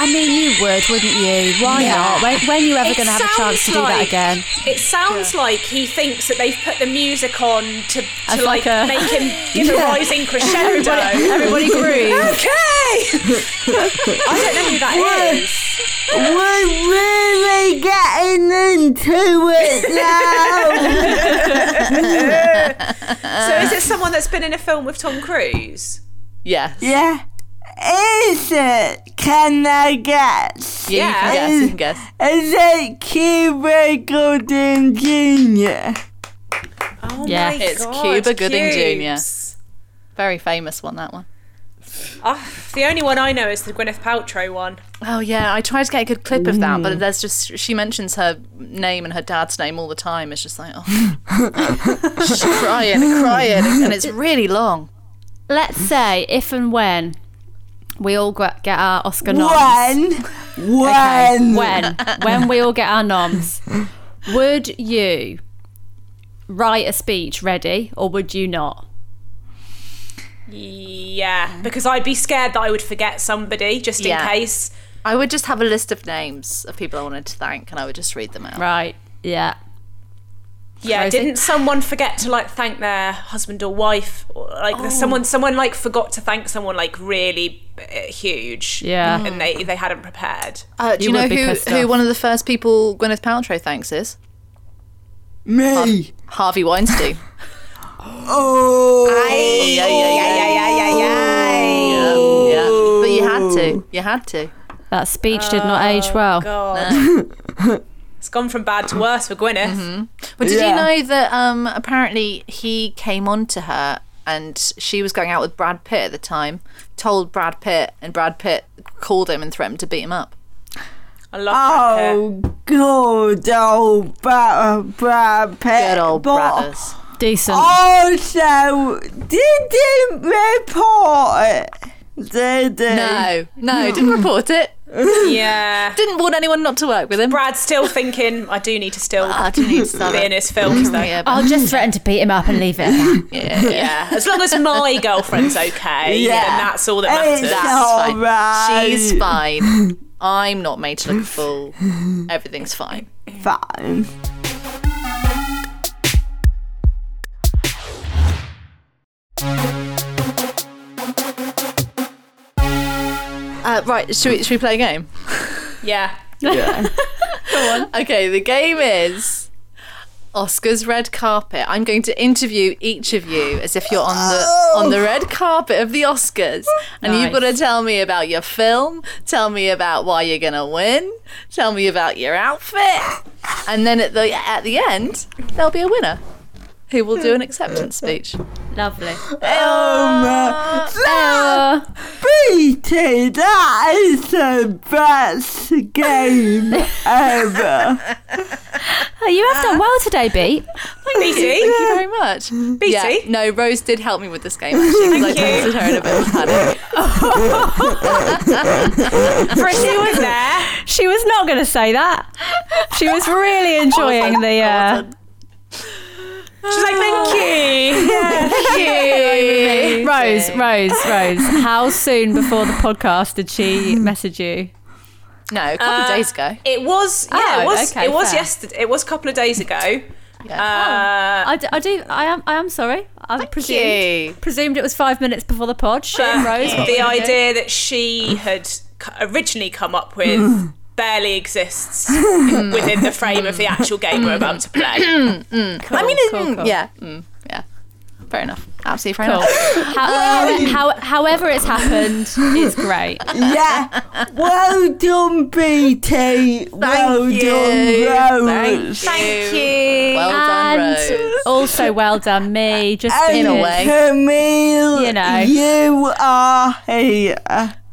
Speaker 2: I mean, you would, wouldn't you? Why
Speaker 7: Yeah.
Speaker 2: not? When, when are you ever going to have a chance to do that again?
Speaker 3: It sounds like he thinks that they've put the music on to,
Speaker 2: As
Speaker 3: to like,
Speaker 2: like a-
Speaker 3: make him give a rising crescendo.
Speaker 2: Everybody grew.
Speaker 3: I don't know who that is.
Speaker 4: We're really getting into it now.
Speaker 3: So is it someone that's been in a film with Tom Cruise?
Speaker 1: Yes. Yeah.
Speaker 4: yeah. Is it? Can I guess?
Speaker 1: You can
Speaker 3: Yeah.
Speaker 1: guess. You can guess.
Speaker 4: Is it Cuba Gooding Jr.?
Speaker 3: Oh
Speaker 2: Yeah.
Speaker 3: my
Speaker 1: It's
Speaker 3: God,
Speaker 1: Cuba Gooding
Speaker 3: Cubes.
Speaker 1: Very famous one. That one.
Speaker 3: Ah, the only one I know is the Gwyneth Paltrow one.
Speaker 1: Oh yeah, I tried to get a good clip of that,
Speaker 7: Mm.
Speaker 1: but there's just she mentions her name and her dad's name all the time. It's just like oh, she's crying, and crying, and it's really long.
Speaker 2: Let's say if and when we all get get our Oscar noms.
Speaker 4: When?
Speaker 2: Okay,
Speaker 4: When?
Speaker 2: when when we all get our noms would you write a speech ready or would you not
Speaker 3: Yeah, because I'd be scared that I would forget somebody just
Speaker 1: Yeah.
Speaker 3: in case.
Speaker 1: I would just have a list of names of people I wanted to thank, and I would just read them out.
Speaker 2: right yeah
Speaker 3: Yeah,
Speaker 2: Rosie?
Speaker 3: didn't someone forget to like thank their husband or wife? Or, like there's someone, someone like forgot to thank someone like really uh, huge.
Speaker 2: Yeah. Mm.
Speaker 3: and they they hadn't prepared.
Speaker 1: Uh, do you,
Speaker 2: You
Speaker 1: know
Speaker 2: would be
Speaker 1: who
Speaker 2: pissed
Speaker 1: who
Speaker 2: off.
Speaker 1: one of the first people Gwyneth Paltrow thanks is?
Speaker 2: Um,
Speaker 4: Me.
Speaker 1: Harvey Weinstein.
Speaker 4: Oh.
Speaker 1: yeah, yeah, yeah, yeah, yeah, yeah, yeah. But you had to. You had to.
Speaker 2: that speech did not age well
Speaker 3: God. it's gone from bad to worse for Gwyneth.
Speaker 1: But did
Speaker 4: Yeah.
Speaker 1: you know that um, apparently he came on to her and she was going out with Brad Pitt at the time, told Brad Pitt, and Brad Pitt called him and threatened to beat him up.
Speaker 3: I love that bit.
Speaker 4: Oh, good old Bra- Brad Pitt.
Speaker 1: Good old
Speaker 4: But
Speaker 1: brothers.
Speaker 2: decent
Speaker 4: Also, didn't report it. Did it?
Speaker 1: No, no, didn't report it.
Speaker 3: Yeah.
Speaker 1: Didn't warn anyone not to work with him.
Speaker 3: Brad's still thinking, I do need to still
Speaker 1: I do need to start
Speaker 3: be in
Speaker 1: it.
Speaker 3: his films though.
Speaker 1: Uh, Yeah,
Speaker 2: I'll just threaten to beat him up and leave it at that.
Speaker 1: yeah, yeah.
Speaker 3: Yeah, as long as my girlfriend's okay, yeah.
Speaker 4: Yeah.
Speaker 3: then that's all that
Speaker 4: It's
Speaker 3: matters.
Speaker 1: That's fine.
Speaker 4: alright.
Speaker 1: She's fine. I'm not made to look a fool. Everything's fine.
Speaker 4: Fine.
Speaker 1: Uh, right, should we, should we play a game?
Speaker 3: yeah.
Speaker 1: Okay, the game is Oscar's red carpet. I'm going to interview each of you as if you're on the on the red carpet of the Oscars, and you've got to tell me about your film, tell me about why you're gonna win, tell me about your outfit, and then at the at the end there'll be a winner who will do an acceptance speech.
Speaker 2: Lovely.
Speaker 4: Um,
Speaker 2: Uh,
Speaker 4: Beatty, that is the best game ever.
Speaker 2: Oh, you have done well today, Beat.
Speaker 3: BT.
Speaker 1: Thank you very much.
Speaker 3: BT.
Speaker 1: Yeah, no, Rose did help me with this game actually because I
Speaker 3: Thank you.
Speaker 1: texted her in a bit of panic.
Speaker 3: Pretty was there.
Speaker 2: She she was not going to say that. She was really enjoying the. Uh,
Speaker 3: She's like, thank you.
Speaker 2: Rose, Rose, Rose. How soon before the podcast did she message you?
Speaker 1: No, a couple of days ago.
Speaker 3: It was, yeah,
Speaker 2: Oh,
Speaker 3: it was,
Speaker 2: okay,
Speaker 3: it was
Speaker 2: fair.
Speaker 3: yesterday. It was a couple of days ago. Uh,
Speaker 2: I, d- I do. I am. I am sorry. I presumed
Speaker 1: you.
Speaker 2: presumed it was five minutes before the pod. Shame, Rose. what
Speaker 3: the
Speaker 2: were you doing?
Speaker 3: idea that she had c- originally come up with barely exists within the frame of the actual game we're about to play.
Speaker 1: I mean,
Speaker 2: cool,
Speaker 1: mm,
Speaker 2: cool.
Speaker 1: yeah, mm, yeah. Fair enough. Absolutely fair
Speaker 2: Cool.
Speaker 1: enough.
Speaker 2: How, how, however, it's happened is great.
Speaker 4: Yeah. Well done, BT. well
Speaker 1: you.
Speaker 4: done,
Speaker 1: Thank
Speaker 4: Rose.
Speaker 3: Thank you.
Speaker 1: Well done,
Speaker 2: and
Speaker 1: Rose.
Speaker 2: also, well done me. Just
Speaker 1: In a
Speaker 2: because-
Speaker 1: way.
Speaker 4: Camille,
Speaker 2: You know.
Speaker 4: you are here.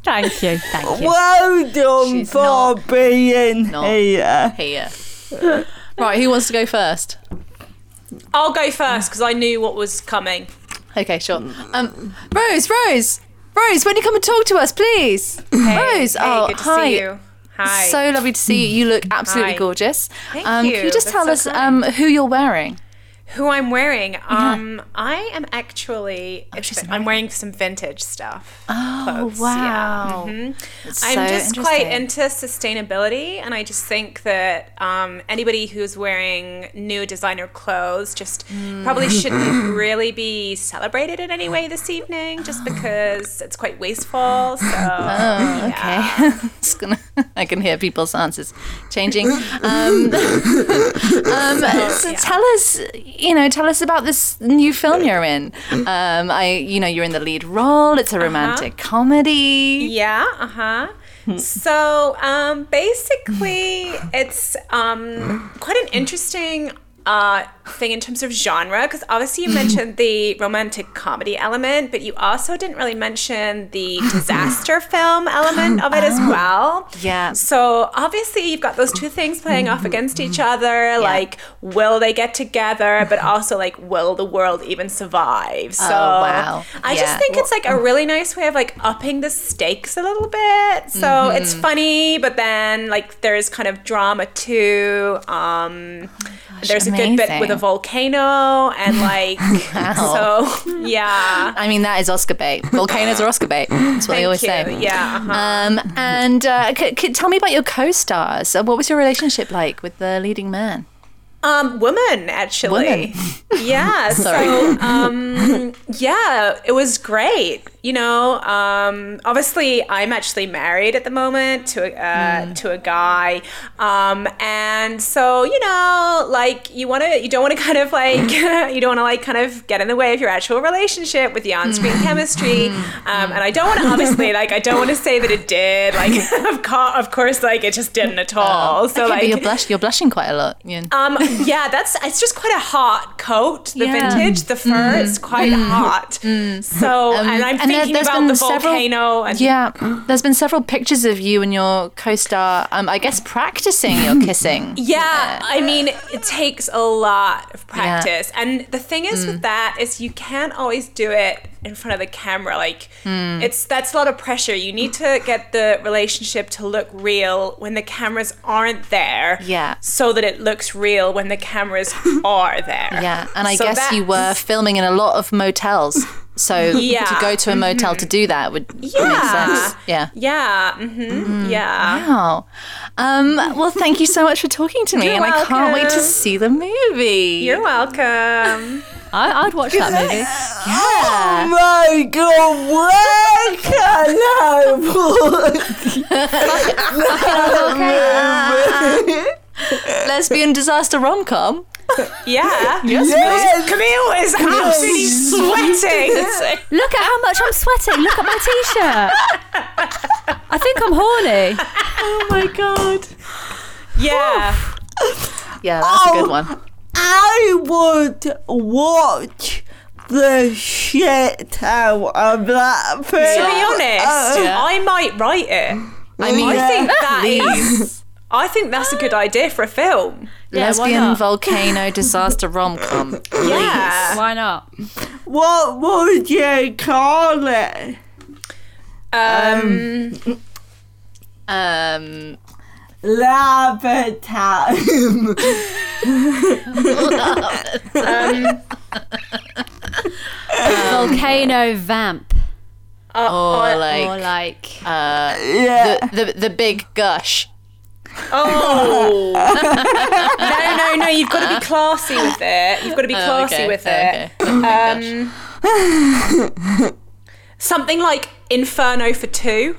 Speaker 2: Thank you. Thank you.
Speaker 4: Well done
Speaker 1: She's
Speaker 4: for
Speaker 1: not-
Speaker 4: being
Speaker 1: not.
Speaker 4: here.
Speaker 1: Here. Right, who wants to go first?
Speaker 3: I'll go first because I knew what was coming.
Speaker 1: Okay, sure.
Speaker 3: Mm.
Speaker 1: Um, Rose, Rose, Rose, when you come and talk to us, please. Rose, oh,
Speaker 3: good to
Speaker 1: hi.
Speaker 3: see you. Hi.
Speaker 1: So lovely to see you. You look absolutely
Speaker 3: Hi.
Speaker 1: gorgeous.
Speaker 3: Thank
Speaker 1: um,
Speaker 3: you.
Speaker 1: Can you just
Speaker 3: That's
Speaker 1: tell
Speaker 3: so
Speaker 1: us um,
Speaker 3: kind.
Speaker 1: who you're wearing?
Speaker 3: Who I'm wearing? Um, I am actually. it's
Speaker 1: Oh, she's
Speaker 3: vi- I'm wearing some vintage stuff.
Speaker 1: Oh,
Speaker 3: Clothes, Mm-hmm.
Speaker 1: wow. It's so
Speaker 3: I'm just quite
Speaker 1: interesting.
Speaker 3: into sustainability, and I just think that um, anybody who's wearing new designer clothes just
Speaker 1: Mm.
Speaker 3: probably shouldn't really be celebrated in any way this evening, just because it's quite wasteful. So, yeah.
Speaker 1: Oh, Okay, It's gonna- I can hear people's answers changing. Um, um, so Tell us, you know, tell us about this new film you're in. Um, I, you know, you're in the lead role.
Speaker 3: Uh-huh.
Speaker 1: It's a romantic comedy.
Speaker 3: Yeah, uh huh. so um, basically, it's um, quite an interesting uh, thing in terms of genre because obviously you mentioned the romantic comedy element, but you also didn't really mention the disaster film element of it as well.
Speaker 1: Yeah.
Speaker 3: So obviously, you've got those two things playing off against each
Speaker 1: Mm-hmm.
Speaker 3: other. Like, will they get together? But also, like, will the world even survive? So
Speaker 1: Oh, wow.
Speaker 3: I
Speaker 1: Yeah. mm.
Speaker 3: just think it's like a really nice way of like upping the stakes a little bit. So
Speaker 1: Mm-hmm.
Speaker 3: it's funny, but then like there's kind of drama too. Um, there's a good bit with a
Speaker 1: Oh amazing.
Speaker 3: volcano and like so yeah.
Speaker 1: I mean, that is Oscar bait. Volcanoes are Oscar bait. That's what they always
Speaker 3: Thank you.
Speaker 1: say.
Speaker 3: Yeah. uh-huh.
Speaker 1: Um, and uh, c- c- tell me about your co-stars. Uh, What was your relationship like with the leading man?
Speaker 3: Um, woman
Speaker 1: Woman.
Speaker 3: actually. Yeah. so um, yeah, it was great. You know, um, obviously I'm actually married at the moment to a uh, to a guy, um, and so you know, like you want to, you don't want to kind of like you don't want to like kind of get in the way of your actual relationship with the on-screen chemistry. Um, and I don't want to obviously like I don't want to say that it did. Like of, co- of course, like it just didn't at all. so
Speaker 1: okay,
Speaker 3: like
Speaker 1: but you're, blush- you're blushing quite a lot. Ian.
Speaker 3: um, yeah, that's it's just quite a hot coat. The
Speaker 1: Yeah. Mm-hmm.
Speaker 3: vintage, the fur, it's quite hot. So, and I'm
Speaker 1: Um, and there-
Speaker 3: thinking
Speaker 1: there's
Speaker 3: about
Speaker 1: been
Speaker 3: the
Speaker 1: several-
Speaker 3: volcano. And,
Speaker 1: Yeah, there's been several pictures of you and your co-star. Um, I guess practicing your kissing.
Speaker 3: Yeah, I mean, it takes a lot of practice. And the thing is with
Speaker 1: Mm.
Speaker 3: that is you can't always do it in front of the camera. Like
Speaker 1: Mm.
Speaker 3: it's that's a lot of pressure. You need to get the relationship to look real when the cameras aren't there.
Speaker 1: Yeah.
Speaker 3: So that it looks real when the cameras are there.
Speaker 1: Yeah, and I
Speaker 3: So
Speaker 1: guess you
Speaker 3: that's-
Speaker 1: were filming in a lot of motels. So
Speaker 3: Yeah. Mm-hmm.
Speaker 1: to go to a motel to do that would
Speaker 3: Yeah.
Speaker 1: make sense. Yeah.
Speaker 3: Yeah. hmm Yeah.
Speaker 1: Mm-hmm. Wow. Um, well, thank you so much for talking to me,
Speaker 3: You're
Speaker 1: and I can't wait to
Speaker 3: welcome.
Speaker 1: see the movie.
Speaker 3: You're welcome.
Speaker 2: I, I'd watch that movie.
Speaker 1: yeah.
Speaker 4: Oh My God, where can I put
Speaker 1: Lesbian disaster rom com.
Speaker 3: Yeah.
Speaker 4: Yes.
Speaker 3: Camille is absolutely sweating.
Speaker 2: Look at how much I'm sweating. Look at my t-shirt. I think I'm horny.
Speaker 3: yeah.
Speaker 1: Yeah, that's a good
Speaker 4: Oh.
Speaker 1: one.
Speaker 4: I would watch the shit out of that
Speaker 3: To
Speaker 4: film. Uh,
Speaker 3: be
Speaker 1: Uh,
Speaker 3: honest, I might write it.
Speaker 1: I mean,
Speaker 3: I think that is.
Speaker 1: please.
Speaker 3: I think that's a good idea for a film.
Speaker 1: lesbian volcano disaster rom com.
Speaker 3: Yeah.
Speaker 2: Why not?
Speaker 4: What would you call it?
Speaker 3: Um,
Speaker 1: Um,
Speaker 4: lava time.
Speaker 2: Volcano vamp.
Speaker 3: Um,
Speaker 1: or oh, like, uh,
Speaker 2: or like
Speaker 4: yeah.
Speaker 1: the, the the big gush.
Speaker 3: Oh no, no, no! You've got to be classy with it. You've got to be classy
Speaker 1: Oh, okay,
Speaker 3: with
Speaker 1: okay.
Speaker 3: it. Um, something like Inferno for two.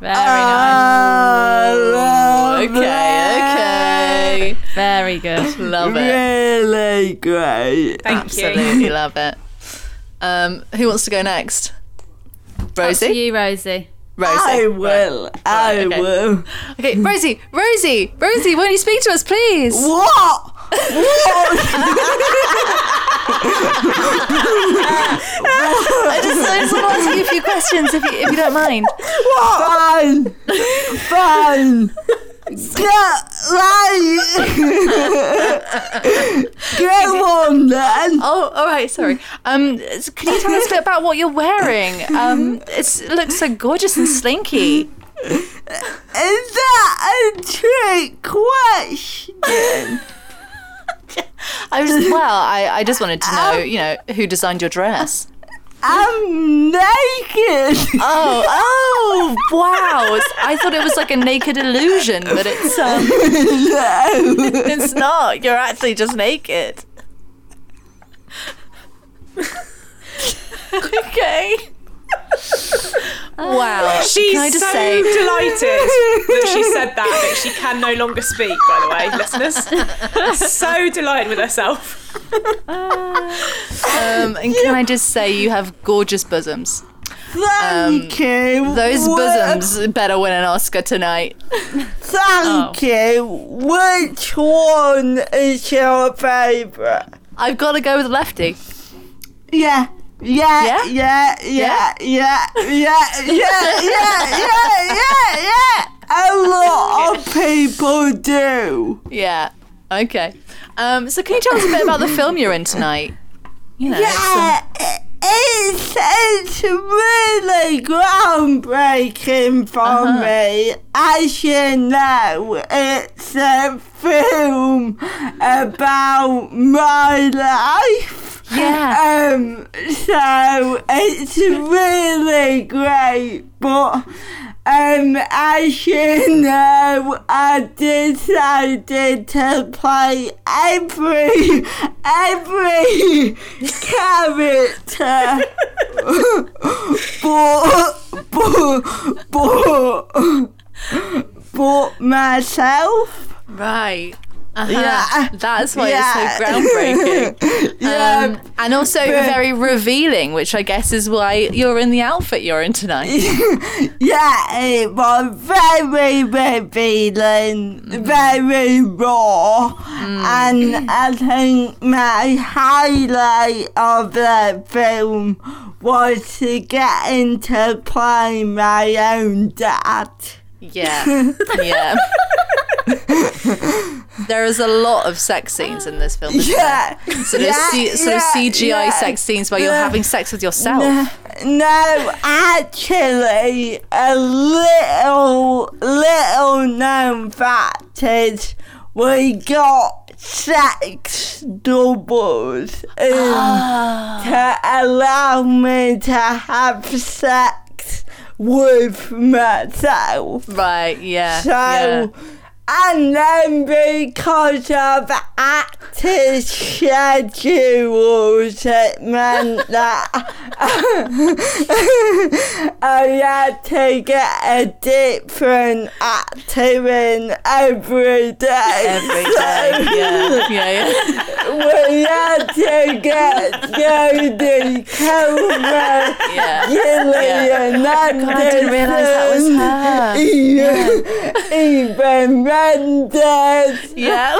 Speaker 2: very
Speaker 1: uh,
Speaker 2: nice,
Speaker 1: Okay, okay,
Speaker 2: very good.
Speaker 1: love it.
Speaker 4: really great.
Speaker 3: Thank you.
Speaker 1: Absolutely love it. Um, who wants to go next?
Speaker 2: Up to
Speaker 1: Rosie.
Speaker 2: you, Rosie.
Speaker 1: Rosie.
Speaker 4: I will. I
Speaker 1: okay.
Speaker 4: will.
Speaker 1: Okay, Rosie, Rosie, Rosie, won't you speak to us, please?
Speaker 4: What?
Speaker 1: I just, I just want to ask you a few questions if you, if you don't mind.
Speaker 4: Fun. Fun. Get right. Get on then.
Speaker 1: Oh, all right, sorry. Um, s- can you tell us a bit about what you're wearing? Um, it's, it looks so gorgeous and slinky.
Speaker 4: Is that a trick question?
Speaker 1: Oh, I was well. I, I just wanted to know, you know, who designed your dress.
Speaker 4: I'm naked.
Speaker 1: Oh, oh, wow! It's, I thought it was like a naked illusion, but it's um, it's not. You're actually just naked. okay. Wow.
Speaker 3: She's
Speaker 1: Can I just
Speaker 3: so
Speaker 1: say-
Speaker 3: delighted that she said that, that she can no longer speak, by the way, listeners. so delighted with herself.
Speaker 1: Um, and can I just say you have gorgeous bosoms.
Speaker 4: Thank you.
Speaker 1: Those
Speaker 4: Wha-
Speaker 1: bosoms better win an Oscar tonight.
Speaker 4: Thank you. Which one is your favourite?
Speaker 1: I've got to go with Lefty.
Speaker 4: Yeah. Yeah, yeah, yeah, yeah, yeah, yeah, yeah, yeah, yeah, yeah, yeah. A lot of people do.
Speaker 1: Yeah. Okay. Um, so can you tell us a bit about the film you're in tonight? You know, it's, um,
Speaker 4: Yeah, it- it's, it's really groundbreaking for me. As you know, it's a film about my life.
Speaker 1: yeah.
Speaker 4: Um, so it's really great, but um, as you know, I decided to play every every character, but but but but myself.
Speaker 1: Right. Uh-huh.
Speaker 4: Yeah.
Speaker 1: That's why
Speaker 4: Yeah.
Speaker 1: it's so groundbreaking.
Speaker 4: Yeah.
Speaker 1: Um, and also very revealing, which I guess is why you're in the outfit you're in tonight.
Speaker 4: Yeah, it was very revealing, very raw,
Speaker 1: Hmm.
Speaker 4: and I think my highlight of the film was to get into playing my own dad.
Speaker 1: yeah. Yeah. there is a lot of sex scenes in this film. Isn't
Speaker 4: Yeah,
Speaker 1: There? Sort of, C- sort of
Speaker 4: yeah,
Speaker 1: CGI
Speaker 4: yeah.
Speaker 1: sex scenes where you're
Speaker 4: Yeah.
Speaker 1: having sex with yourself.
Speaker 4: No, actually, a little, little known fact is we got sex doubles in to allow me to have sex with myself.
Speaker 1: Right. Yeah.
Speaker 4: So,
Speaker 1: yeah.
Speaker 4: and then because of active schedules, it meant that I had to get a different actor in every day.
Speaker 1: Every day. Yeah. Yeah. Yeah.
Speaker 4: we had to get Jodie Comer,
Speaker 1: Yeah.
Speaker 4: Gillian Anderson.
Speaker 1: I didn't realise that was her.
Speaker 4: Even, even Mendes,
Speaker 1: Yeah.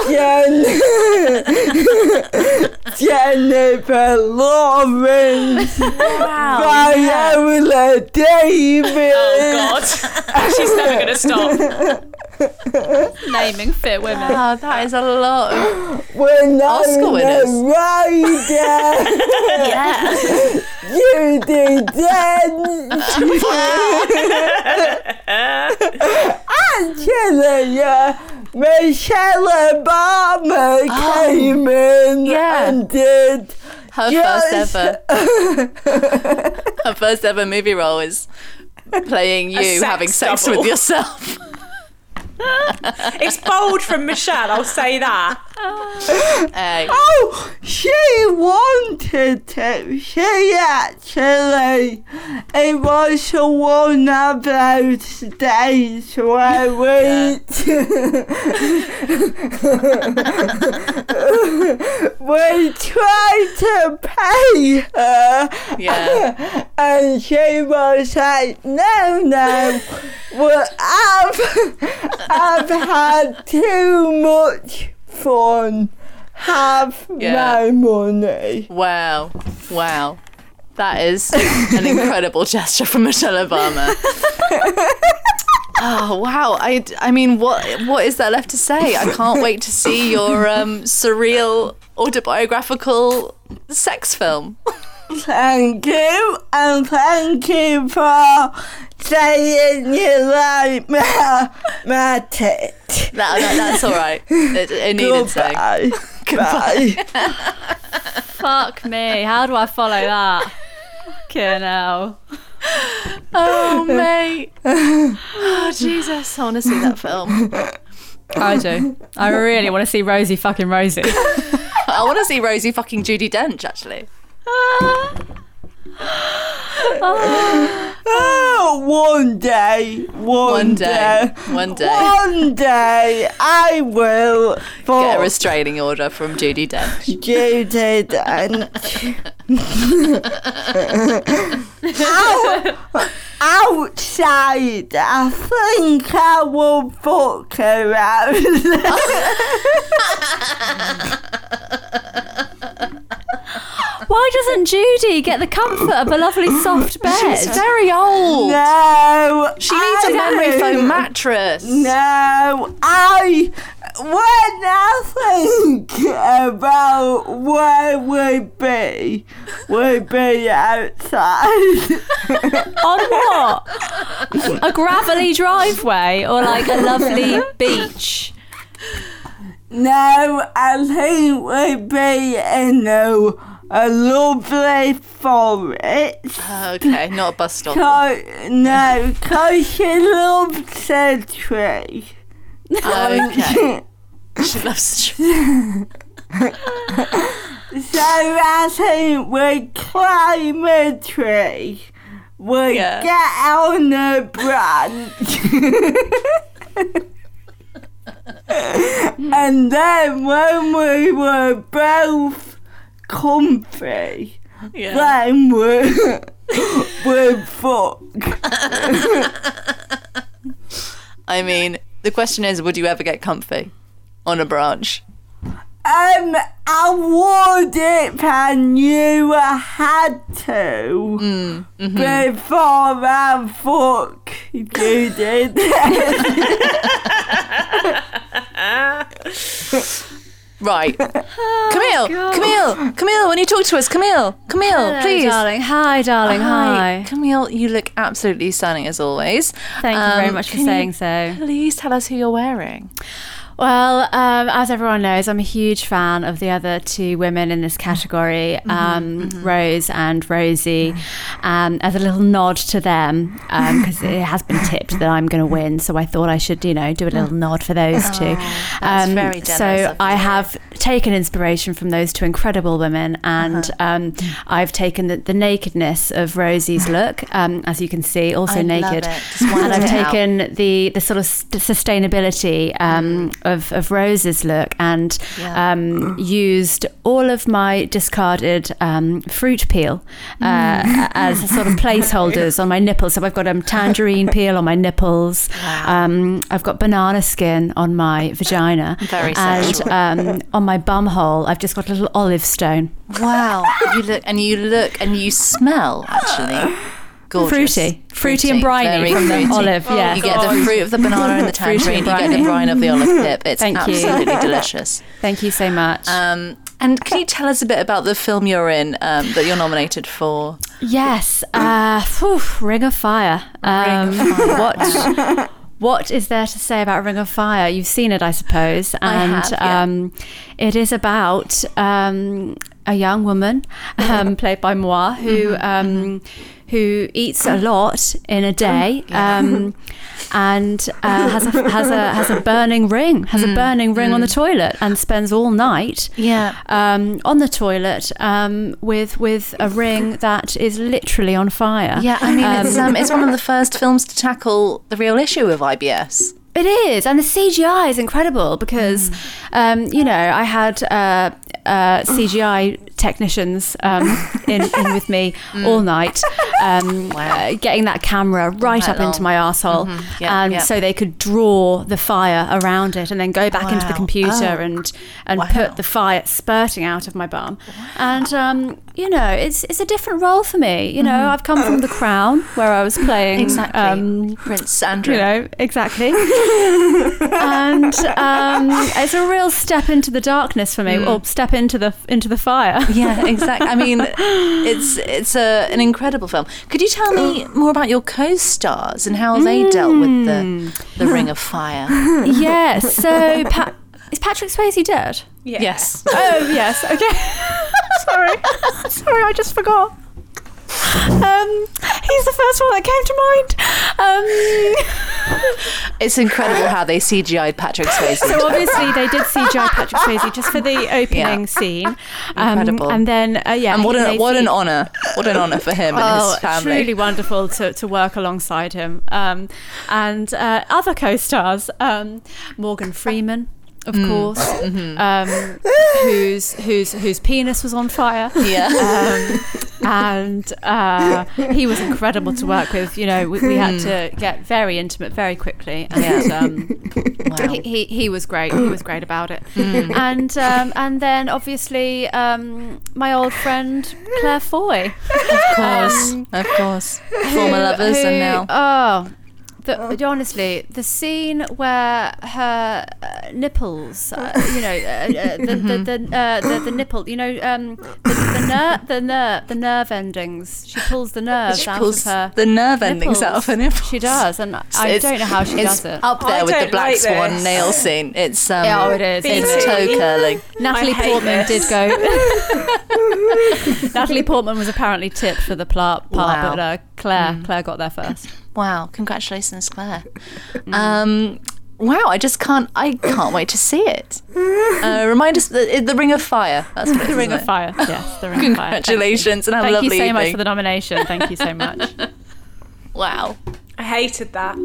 Speaker 4: Jen- Jennifer Lawrence, Viola Davis.
Speaker 3: Oh, God. She's never going to stop.
Speaker 2: Naming fit women.
Speaker 1: Oh, that is a lot. Of,
Speaker 4: When
Speaker 1: Oscar
Speaker 4: I'm
Speaker 1: winners.
Speaker 4: a rider,
Speaker 1: yeah.
Speaker 4: you did dance. Actually, earlier, Michelle Obama came in
Speaker 1: yeah.
Speaker 4: and did
Speaker 1: Her
Speaker 4: Yes.
Speaker 1: first ever. her first ever movie role is playing you
Speaker 3: sex
Speaker 1: having sex
Speaker 3: double.
Speaker 1: with yourself.
Speaker 3: It's bold from Michelle, I'll say that.
Speaker 1: Hey.
Speaker 4: Oh, she wanted to. She actually. It was one of those days where we. we tried to pay her.
Speaker 1: Yeah.
Speaker 4: And she was like, no, no. Well, I've, I've had too much fun. Have
Speaker 1: Yeah.
Speaker 4: my money.
Speaker 1: Wow. Wow. That is an incredible gesture from Michelle Obama. Oh wow! I, I mean, what what is there left to say? I can't wait to see your um, surreal autobiographical sex film.
Speaker 4: Thank you, and thank you for saying you like my, my tit.
Speaker 1: That, that- that's all right. It, it needed saying.
Speaker 4: Goodbye. Goodbye.
Speaker 2: Fuck me. How do I follow that? Fucking hell.
Speaker 1: Oh mate! Oh Jesus! I want to see that film.
Speaker 2: I do. I really want to see Rosie fucking Rosie.
Speaker 1: I want to see Rosie fucking Judy Dench actually.
Speaker 4: Oh, one day, one,
Speaker 1: One day, one day,
Speaker 4: One day I will
Speaker 1: get a
Speaker 4: for
Speaker 1: restraining order from Judy Dench.
Speaker 4: Judy Dench. Out- outside, I think I will fuck around.
Speaker 2: Why doesn't Judy get the comfort of a lovely soft bed?
Speaker 1: very old.
Speaker 4: no,
Speaker 1: She needs a memory
Speaker 4: I-
Speaker 1: foam mattress.
Speaker 4: No, I. When I think about where we'd be, we'd be outside.
Speaker 2: On what? A gravelly driveway or like a lovely beach?
Speaker 4: No, I think we'd be in a, a lovely forest.
Speaker 1: Uh, Okay, not a bus stop.
Speaker 4: Co- no, because she loves Sedgwick.
Speaker 1: Okay.
Speaker 4: Um,
Speaker 1: She loves.
Speaker 4: So I think we climb a tree. We
Speaker 1: Yeah.
Speaker 4: get on a branch. and then when we were both comfy,
Speaker 1: Yeah.
Speaker 4: then we we fuck.
Speaker 1: I mean, the question is, would you ever get comfy on a branch?
Speaker 4: Um, I would if I knew I had to before I fuck you did.
Speaker 1: Right. Camille, Camille, Camille, when you talk to us, Camille, Camille, please.
Speaker 2: Oh, Hello, darling. Hi, darling. Hi.
Speaker 1: Camille, you look absolutely stunning as always.
Speaker 2: Thank you very much for
Speaker 1: Um, can you
Speaker 2: saying so.
Speaker 1: Please tell us who you're wearing.
Speaker 2: Well, um, as everyone knows, I'm a huge fan of the other two women in this category,
Speaker 1: Mm-hmm.
Speaker 2: um, Rose and Rosie. Um, as a little nod to them, because it has been tipped that I'm going to win, so I thought I should, you know, do a little nod for those two.
Speaker 1: Mm.
Speaker 2: Um,
Speaker 1: that's very generous
Speaker 2: so
Speaker 1: of
Speaker 2: I
Speaker 1: you.
Speaker 2: have taken inspiration from those two incredible women, and
Speaker 1: Uh-huh.
Speaker 2: um, I've taken the, the nakedness of Rosie's look, um, as you can see, also
Speaker 1: I love
Speaker 2: naked,
Speaker 1: it. Just wanted
Speaker 2: and I've
Speaker 1: it out.
Speaker 2: taken in the the sort of s- sustainability um, of of Rose's look and
Speaker 1: Mm. Yeah.
Speaker 2: um, used all of my discarded um, fruit peel uh,
Speaker 1: Mm.
Speaker 2: as sort of placeholders on my nipples. So I've got um, tangerine peel on my nipples. Um, I've got banana skin on my vagina.
Speaker 1: Very
Speaker 2: and
Speaker 1: sensual.
Speaker 2: um, on my bum hole, I've just got a little olive stone.
Speaker 1: Wow. you look and you look and you smell actually. Gorgeous.
Speaker 2: Fruity. Fruity and briny
Speaker 1: very
Speaker 2: from the
Speaker 1: fruity.
Speaker 2: olive, yeah.
Speaker 1: You get the fruit of the banana Oh, and the
Speaker 2: Fruity
Speaker 1: tangerine.
Speaker 2: and
Speaker 1: You get the
Speaker 2: briny.
Speaker 1: brine of the olive pip. It's
Speaker 2: Thank you.
Speaker 1: absolutely delicious.
Speaker 2: Thank you so much.
Speaker 1: Um, and can you tell us a bit about the film you're in um, that you're nominated for?
Speaker 2: Yes, uh, phew, Ring of Fire. Um, what What is there to say about Ring of Fire? You've seen it, I suppose, and
Speaker 1: have, yeah.
Speaker 2: um, it is about um, a young woman um, played by Moi
Speaker 1: Mm-hmm,
Speaker 2: who um, who eats a lot in a day
Speaker 1: Oh,
Speaker 2: um, and uh, has a, has a has a burning ring, has a burning ring on the toilet, and spends all night
Speaker 1: Mm, Yeah.
Speaker 2: um, on the toilet um, with with a ring that is literally on fire.
Speaker 1: Yeah, I mean, it's, um, it's one of the first films to tackle the real issue of IBS.
Speaker 2: It is, and the CGI is incredible
Speaker 1: Mm.
Speaker 2: because, um, you know, I had uh, uh, CGI technicians um, in, in with me
Speaker 1: Mm.
Speaker 2: all night, um, uh, getting that camera right
Speaker 1: night
Speaker 2: up into
Speaker 1: long. Mm-hmm.
Speaker 2: my asshole,
Speaker 1: Yeah,
Speaker 2: and
Speaker 1: yeah.
Speaker 2: so they could draw the fire around it, and then go back into the
Speaker 1: Wow.
Speaker 2: computer
Speaker 1: Oh.
Speaker 2: and and put the fire spurting out of my bum, and um, you know, it's it's a different role for me. You know,
Speaker 1: Mm-hmm.
Speaker 2: I've come from The Crown where I was playing um,
Speaker 1: Prince Andrew.
Speaker 2: you know, exactly. and um, it's a real step into the darkness for me, or step into the into the fire.
Speaker 1: Yeah, exactly. I mean, it's it's a, an incredible film. Could you tell me more about your co-stars and how they dealt with the the
Speaker 2: Hmm.
Speaker 1: Ring of Fire?
Speaker 2: yeah. So pa- is Patrick Swayze dead?
Speaker 3: Yeah.
Speaker 1: Yes.
Speaker 2: Oh yes. Okay. Sorry. Sorry, I just forgot. Um, he's the first one that came to mind. Um,
Speaker 1: It's incredible how they CGI'd Patrick Swayze.
Speaker 2: So obviously they did CGI Patrick Swayze just for the opening
Speaker 1: Yeah.
Speaker 2: scene. Um,
Speaker 1: Incredible.
Speaker 2: And then uh, yeah,
Speaker 1: and what
Speaker 2: he-
Speaker 1: an
Speaker 2: they
Speaker 1: what an
Speaker 2: see- Oh,
Speaker 1: honor! What an honor for him and his family.
Speaker 2: truly wonderful to, to work alongside him. Um, and uh, other co-stars, um, Morgan Freeman, of
Speaker 1: Mm.
Speaker 2: course,
Speaker 1: Mm-hmm.
Speaker 2: um, whose whose whose penis was on fire.
Speaker 1: yeah.
Speaker 2: Um, and uh, he was incredible to work with. You know, we, we had to get very intimate very quickly, and
Speaker 1: Hmm. Yeah.
Speaker 2: um,
Speaker 1: Wow. Hmm.
Speaker 2: he, he he was great. He was great about it. And um, and then obviously um, my old friend Claire Foy,
Speaker 1: Of course, of course. Former lovers
Speaker 2: who-
Speaker 1: and now.
Speaker 2: oh. The, honestly, the scene where her uh, nipples, uh, you know, uh, uh, the,
Speaker 1: Mm-hmm.
Speaker 2: the, the, uh, the the nipple, you know, um, the, the nerve, the nerve, the nerve endings. She pulls the nerves
Speaker 1: She
Speaker 2: out
Speaker 1: pulls
Speaker 2: of her
Speaker 1: the nerve endings out of her nipples.
Speaker 2: She does, and I
Speaker 1: It's-
Speaker 2: don't know how she
Speaker 1: it's
Speaker 2: does it.
Speaker 1: up there
Speaker 3: I
Speaker 1: with the
Speaker 3: don't
Speaker 1: Black
Speaker 3: like
Speaker 1: Swan
Speaker 3: this.
Speaker 1: nail scene. It's um,
Speaker 2: Yeah, oh, it is.
Speaker 1: It's toe
Speaker 3: Beating.
Speaker 1: curling.
Speaker 2: Natalie
Speaker 3: I hate
Speaker 2: Portman
Speaker 3: this.
Speaker 2: did go. Natalie Portman was apparently tipped for the pla- part,
Speaker 1: Wow. Mm.
Speaker 2: but uh, Claire, Claire got there first.
Speaker 1: Wow! Congratulations, Claire. Um, wow! I just can't. I can't wait to see it. Uh, remind us the, the Ring of Fire. That's what it is,
Speaker 2: The Ring
Speaker 1: isn't
Speaker 2: of
Speaker 1: it?
Speaker 2: Fire. Yes, the Ring of Fire. Thank you.
Speaker 1: Congratulations, and have a
Speaker 2: Thank you
Speaker 1: lovely
Speaker 2: so much
Speaker 1: evening.
Speaker 2: for the nomination. Thank you so much.
Speaker 1: wow!
Speaker 3: I hated that.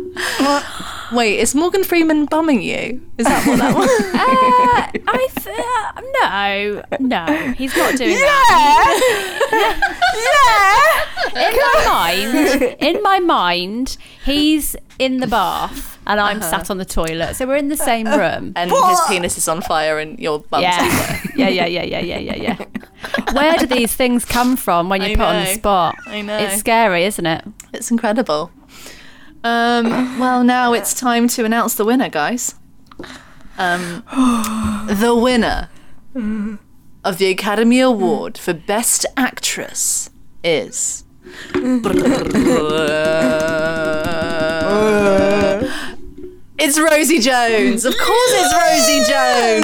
Speaker 1: Wait, is Morgan Freeman bumming you? Is that what that was?
Speaker 2: Uh, I th- uh, no, no, he's not doing that. In my mind, in my mind, he's in the bath and I'm sat on the toilet, so we're in the same room.
Speaker 1: and his penis is on fire, and your bum's
Speaker 2: Yeah, yeah, yeah, yeah, yeah, yeah, yeah, yeah. Where do these things come from when you
Speaker 1: I
Speaker 2: put on the
Speaker 1: know.
Speaker 2: spot?
Speaker 1: I know.
Speaker 2: It's scary, isn't it?
Speaker 1: It's incredible. Um, well, now it's time to announce the winner, guys. Um, the winner of the Academy Award for Best Actress is. It's Rosie Jones. Of course, it's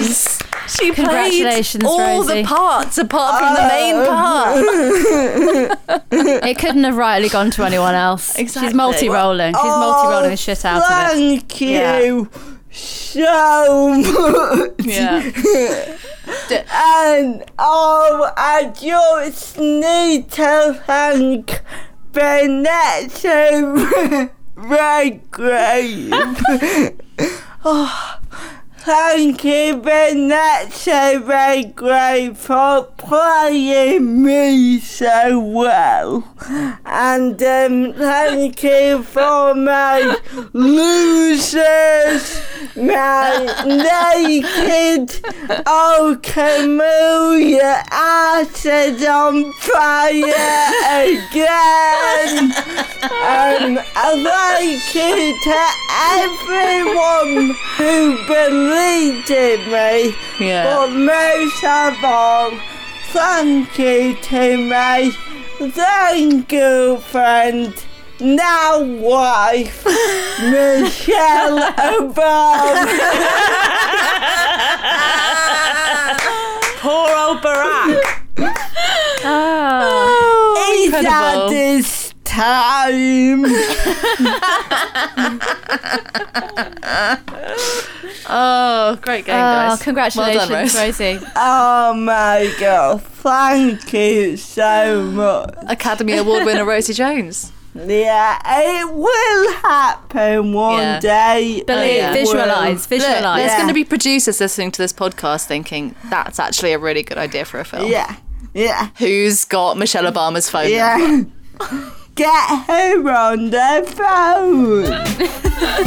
Speaker 1: Rosie Jones. She
Speaker 2: Congratulations,
Speaker 1: played all
Speaker 2: Rosie.
Speaker 1: the parts apart from the main part.
Speaker 2: It couldn't have rightly gone to anyone else. She's
Speaker 1: Exactly.
Speaker 2: multi-rolling. She's multi-rolling the shit out of it.
Speaker 4: Oh, Thank
Speaker 1: Yeah.
Speaker 4: you so much.
Speaker 1: Yeah.
Speaker 4: And oh, I just need to thank Vanessa Redgrave. oh, thank you, Vanessa Redgrave, for playing me so well. And um, thank you for my losers, my naked old camellia asses on fire again. Um, I thank you to everyone who believed in me,
Speaker 1: Yeah.
Speaker 4: but most of all, thank you to my thank you, friend now wife, Michelle Obama.
Speaker 3: Poor old Barack.
Speaker 2: Ah.
Speaker 4: Is that
Speaker 1: incredible.
Speaker 4: this time?
Speaker 1: Oh, great game,
Speaker 2: Oh,
Speaker 1: guys.
Speaker 2: congratulations,
Speaker 1: Well done, Rose.
Speaker 2: Rosie.
Speaker 4: Oh my god, thank you so much.
Speaker 1: Academy Award winner Rosie Jones.
Speaker 4: Yeah, it will happen one
Speaker 1: Yeah.
Speaker 4: day.
Speaker 2: Believe,
Speaker 1: yeah.
Speaker 2: visualize,
Speaker 1: Look,
Speaker 2: visualize.
Speaker 1: there's
Speaker 4: Yeah.
Speaker 1: going to be producers listening to this podcast thinking that's actually a really good idea for a film.
Speaker 4: Yeah, yeah,
Speaker 1: Who's got Michelle Obama's phone? number?
Speaker 4: yeah. Get her on the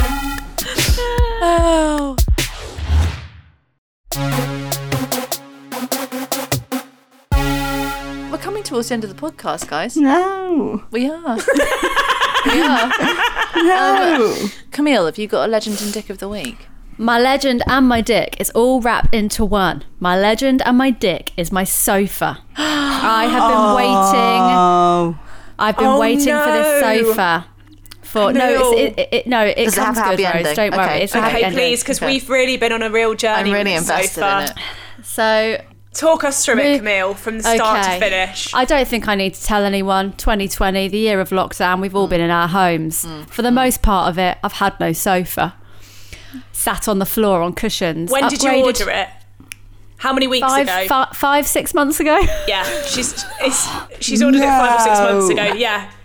Speaker 4: phone.
Speaker 1: We're coming towards the end of the podcast, guys.
Speaker 4: Hmm. No,
Speaker 1: We are. we are. Uh,
Speaker 4: no.
Speaker 1: Camille, have you got a legend and dick of the week?
Speaker 2: My legend and my dick is all wrapped into one. My legend and my dick is my sofa. I have been waiting.
Speaker 4: Oh,
Speaker 2: I've been
Speaker 3: Oh,
Speaker 2: waiting for this
Speaker 3: no.
Speaker 2: sofa. For no, it's, it, it, it, no, it
Speaker 1: Does it have
Speaker 2: comes
Speaker 1: a
Speaker 2: good,
Speaker 1: happy
Speaker 2: Rose.
Speaker 1: ending?
Speaker 2: Don't worry,
Speaker 1: Okay.
Speaker 2: it's a happy
Speaker 3: Okay,
Speaker 2: ending.
Speaker 3: please, because we've really been on a real journey.
Speaker 1: I'm really
Speaker 3: with this
Speaker 1: invested
Speaker 3: sofa.
Speaker 1: in it.
Speaker 2: So
Speaker 3: Talk us through
Speaker 2: Really-
Speaker 3: it, Camille, from the start
Speaker 2: Okay.
Speaker 3: to finish.
Speaker 2: I don't think I need to tell anyone. 2020, the year of lockdown, we've
Speaker 3: Mm.
Speaker 2: all been in our homes. For the most part of it, I've had no sofa. Sat on the floor on cushions.
Speaker 3: when did you
Speaker 2: Upgraded
Speaker 3: order it? How many weeks
Speaker 2: Five,
Speaker 3: ago?
Speaker 2: fi- five, six months ago.
Speaker 3: yeah, she's it's, she's ordered it five or six months
Speaker 4: No.
Speaker 3: ago. Yeah,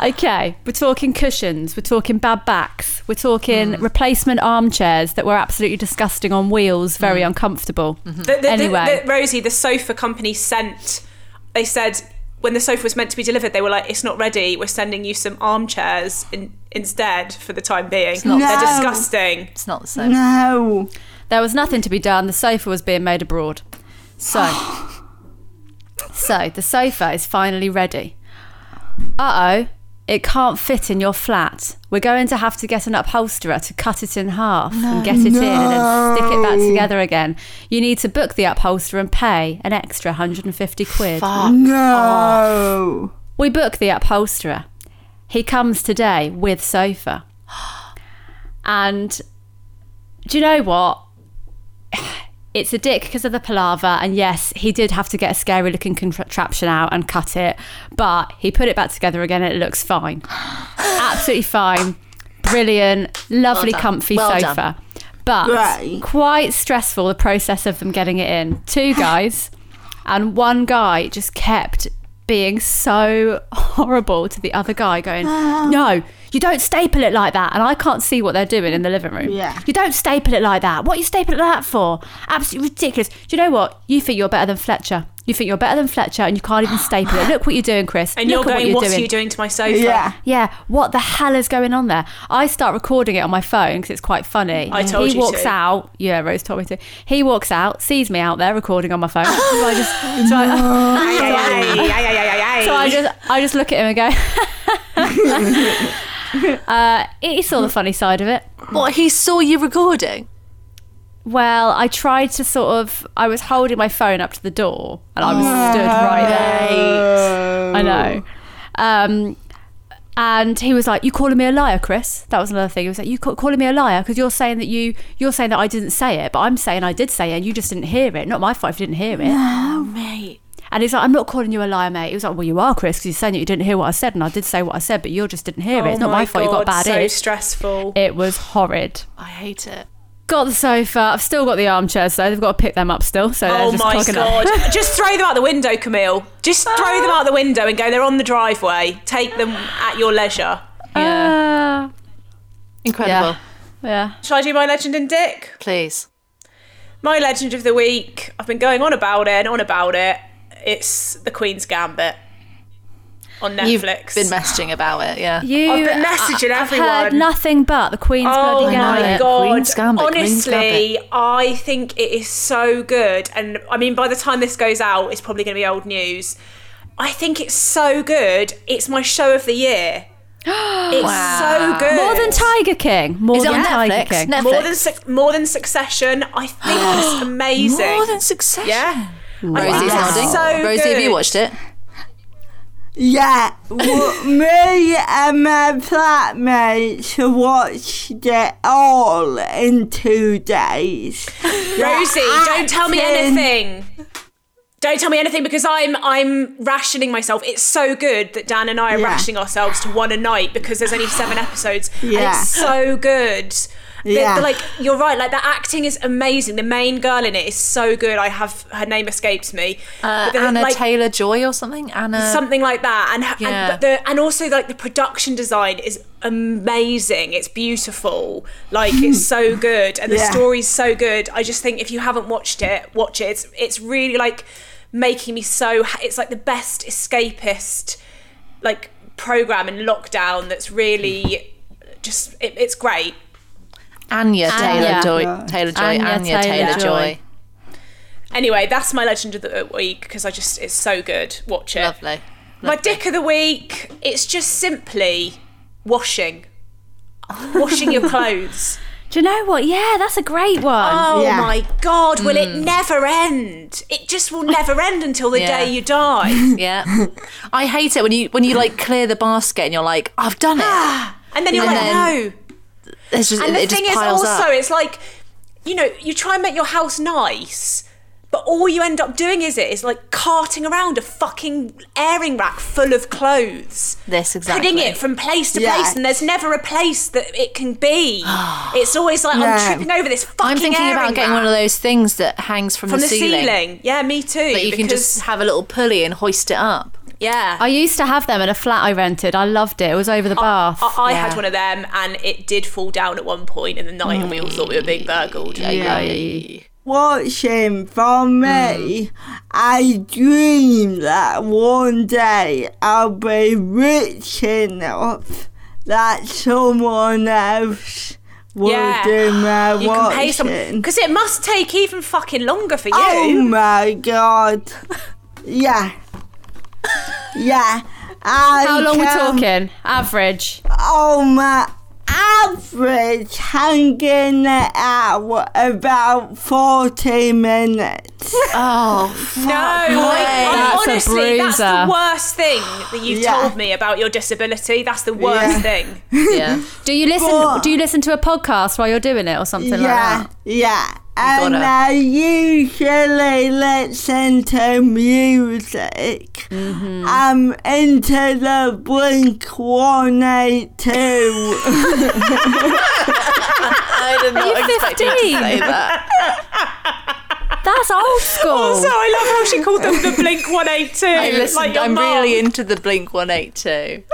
Speaker 2: Okay, we're talking cushions, we're talking bad backs, we're talking
Speaker 3: Mm.
Speaker 2: replacement armchairs that were absolutely disgusting on wheels, very
Speaker 3: Mm.
Speaker 2: uncomfortable.
Speaker 3: The- the- the-
Speaker 2: Anyway.
Speaker 3: the- Rosie, the sofa company sent. They said when the sofa was meant to be delivered, they were like, "It's not ready. We're sending you some armchairs in, instead for the time being.
Speaker 1: not-
Speaker 3: They're
Speaker 4: No.
Speaker 3: disgusting."
Speaker 1: It's not the same.
Speaker 4: no.
Speaker 2: There was nothing to be done, the sofa was being made abroad. So, so the sofa is finally ready. Uh oh, it can't fit in your flat. We're going to have to get an upholsterer to cut it in half and get it in and then stick it back together again. You need to book the upholsterer and pay an extra 150 quid.
Speaker 4: No.
Speaker 2: We book the upholsterer. He comes today with sofa. And do you know what? It's a dick because of the palaver. And yes, he did have to get a scary looking contraption out and cut it, but he put it back together again. And it looks fine. Absolutely fine. Brilliant. Lovely,
Speaker 1: done.
Speaker 2: comfy
Speaker 1: Well done.
Speaker 2: sofa. But
Speaker 4: Right.
Speaker 2: quite stressful the process of them getting it in. Two guys and one guy just kept being so horrible to the other guy, going, No, you don't staple it like that. And I can't see what they're doing in the living room.
Speaker 4: Yeah.
Speaker 2: You don't staple it like that. What are you stapling it like that for? Absolutely ridiculous. Do you know what? You think you're better than Fletcher. You think you're better than Fletcher and you can't even staple it. Look what you're doing, Chris.
Speaker 3: And
Speaker 2: Look
Speaker 3: you're
Speaker 2: at
Speaker 3: going,
Speaker 2: what you're
Speaker 3: "What
Speaker 2: doing.
Speaker 3: are you doing to my sofa?"
Speaker 4: Yeah.
Speaker 2: Yeah, what the hell is going on there? I start recording it on my phone because it's quite funny.
Speaker 3: I told
Speaker 2: he
Speaker 3: you
Speaker 2: walks
Speaker 3: to.
Speaker 2: out. Yeah, Rose told me to. He walks out, sees me out there recording on my phone. so I just, so I, so I- so I just, I just look at him and go. uh, he saw the funny side of it.
Speaker 1: What, he saw you recording?
Speaker 2: Well, I tried to sort of. I was holding my phone up to the door, and I was stood right there. I know. Um, and he was like, "You calling me a liar, Chris?" That was another thing. He was like, "You ca- calling me a liar because you're saying that you you're saying that I didn't say it, but I'm saying I did say it, and you just didn't hear it. Not my fault if you didn't hear it."
Speaker 1: Mate.
Speaker 2: And he's like, "I'm not calling you a liar, mate." He was like, "Well, you are, Chris, because you're saying that you didn't hear what I said, and I did say what I said, but you just didn't hear it. It's not my, fault. You got bad
Speaker 3: Oh so
Speaker 2: ears."
Speaker 3: stressful.
Speaker 2: it was horrid.
Speaker 1: I hate it.
Speaker 2: Got the sofa. I've still got the armchairs though. They've got to pick them up still. So they're
Speaker 3: Oh
Speaker 2: just
Speaker 3: my
Speaker 2: clogging up.
Speaker 3: god! Just throw them out the window, Camille. Just
Speaker 2: Ah.
Speaker 3: throw them out the window and go. They're on the driveway. Take them at your leisure.
Speaker 1: Yeah.
Speaker 2: Uh,
Speaker 1: Incredible.
Speaker 2: yeah.
Speaker 3: Shall I do my legend and Dick?
Speaker 1: Please.
Speaker 3: My legend of the week. I've been going on about it and on about it. It's The Queen's Gambit on
Speaker 1: You've
Speaker 3: Netflix.
Speaker 1: been messaging about it, yeah.
Speaker 2: You,
Speaker 3: I've been messaging
Speaker 2: I- I've heard
Speaker 3: everyone.
Speaker 2: nothing but the Queen's
Speaker 3: Oh
Speaker 2: bloody
Speaker 3: my
Speaker 2: Gambit.
Speaker 3: god!
Speaker 1: Queen's Gambit, Queen's
Speaker 3: Honestly, I think it is so good, and I mean, by the time this goes out, it's probably going to be old news. I think it's so good. It's my show of the year. It's so good.
Speaker 2: More than Tiger King. More
Speaker 1: Is it
Speaker 2: than
Speaker 1: on
Speaker 2: Tiger
Speaker 1: Netflix?
Speaker 2: King.
Speaker 1: Netflix.
Speaker 3: more than Suc- more than Succession. I think it's amazing.
Speaker 1: More than success.
Speaker 3: yeah. I think
Speaker 1: Rosie's
Speaker 3: it's
Speaker 1: nodding.
Speaker 3: so
Speaker 1: Rosie, have you
Speaker 3: good.
Speaker 1: watched it?
Speaker 4: Yeah, well, me and my flatmates watched it all in two days.
Speaker 3: Rosie, don't tell me
Speaker 4: Acting.
Speaker 3: anything. Don't tell me anything because I'm I'm rationing myself. It's so good that Dan and I are
Speaker 4: Yeah.
Speaker 3: rationing ourselves to one a night because there's only seven episodes. And
Speaker 4: Yeah.
Speaker 3: it's so good. The- the,
Speaker 4: Yeah.
Speaker 3: like you're right. Like the acting is amazing. The main girl in it is so good. I have her name escapes me.
Speaker 1: Uh,
Speaker 3: But the-
Speaker 1: Anna
Speaker 3: like,
Speaker 1: Taylor Joy or something. Anna.
Speaker 3: something like that and
Speaker 1: Um, Yeah.
Speaker 3: and, but the, and also like the production design is amazing it's beautiful like it's so
Speaker 1: Hmm.
Speaker 3: good and the
Speaker 4: Yeah.
Speaker 3: story's so good i just think if you haven't watched it watch it it's it's really like making me so ha- it's like the best escapist like program in lockdown that's really just it, it's great
Speaker 1: Anya Taylor
Speaker 2: Anya.
Speaker 1: Joy. Taylor Joy.
Speaker 2: Anya
Speaker 1: Anya
Speaker 2: Taylor
Speaker 1: Taylor Joy.
Speaker 3: anyway that's my legend of the week because i just it's so good watch it
Speaker 1: Lovely.
Speaker 3: My dick of the week, it's just simply washing. washing your clothes.
Speaker 2: Do you know what? Yeah, that's a great one.
Speaker 3: Oh
Speaker 4: Yeah.
Speaker 3: my god, will it never end? It just will never end until the
Speaker 1: Yeah.
Speaker 3: day you die.
Speaker 1: Yeah. I hate it when you when you like clear the basket and you're like, I've done it.
Speaker 3: And then you're
Speaker 1: And
Speaker 3: like,
Speaker 1: then-
Speaker 3: no.
Speaker 1: It's just,
Speaker 3: And the
Speaker 1: it
Speaker 3: thing
Speaker 1: just
Speaker 3: is
Speaker 1: piles
Speaker 3: also
Speaker 1: up.
Speaker 3: it's like, you know, you try and make your house nice, but all you end up doing is it is like carting around a fucking airing rack full of clothes.
Speaker 1: This exactly.
Speaker 3: putting it from place to
Speaker 4: Yeah.
Speaker 3: place, and there's never a place that it can be. it's always like
Speaker 4: No.
Speaker 3: I'm tripping over this fucking.
Speaker 1: I'm thinking
Speaker 3: airing
Speaker 1: about getting
Speaker 3: rack
Speaker 1: one of those things that hangs from,
Speaker 3: from the
Speaker 1: ceiling.
Speaker 3: ceiling. Yeah, me too.
Speaker 1: That you can just have a little pulley and hoist it up.
Speaker 3: yeah.
Speaker 2: I used to have them in a flat I rented. I loved it. It was
Speaker 3: Oh,
Speaker 2: over the bath.
Speaker 3: I, I had
Speaker 1: Yeah.
Speaker 3: one of them, and it did fall down at one point in the night, and we all thought we were being burgled.
Speaker 4: Watching for me,
Speaker 3: Hmm.
Speaker 4: I dream that one day I'll be rich enough that someone else will
Speaker 3: Yeah.
Speaker 4: do my
Speaker 3: You can pay someone
Speaker 4: watching.
Speaker 3: because it must take even fucking longer for you.
Speaker 4: Oh my god. Yeah. Yeah. I
Speaker 2: How long we
Speaker 4: can-
Speaker 2: talking? Average.
Speaker 4: Oh my average hanging out about 40 minutes.
Speaker 1: Oh,
Speaker 3: No, I, I-
Speaker 2: That's a
Speaker 3: honestly, that's the
Speaker 2: bruiser.
Speaker 3: worst thing that you've
Speaker 4: Yeah.
Speaker 3: told me about your disability. That's the worst
Speaker 4: Yeah.
Speaker 3: thing.
Speaker 1: yeah.
Speaker 2: Do you listen?
Speaker 4: But-
Speaker 2: do you listen to a podcast while you're doing it or something like
Speaker 4: yeah,
Speaker 2: that?
Speaker 4: yeah. And
Speaker 1: gotta-
Speaker 4: I usually listen to music.
Speaker 2: Mm-hmm.
Speaker 4: I'm into the Blink 182.
Speaker 1: I did not expect you to
Speaker 2: 15?
Speaker 1: say that.
Speaker 2: That's old school.
Speaker 3: Also, I love how she called them the Blink 182.
Speaker 1: I listened,
Speaker 3: like your
Speaker 1: I'm
Speaker 3: mum.
Speaker 1: really into the Blink 182.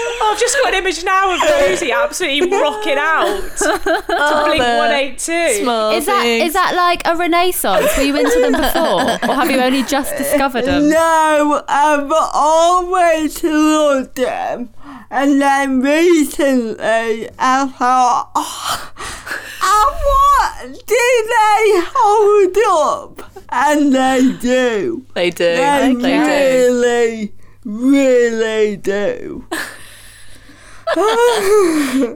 Speaker 3: Oh, I've just got an image now of Rosie absolutely rocking out to
Speaker 4: Oh,
Speaker 3: Blink 182.
Speaker 1: Small
Speaker 2: is that
Speaker 1: thing.
Speaker 2: is that like a renaissance? Were you into them before, or have you only just discovered them?
Speaker 4: no, I've always loved them. And then recently I thought, oh, and what do they hold up? And they do.
Speaker 1: They do.
Speaker 4: They
Speaker 1: They do.
Speaker 4: really, really do.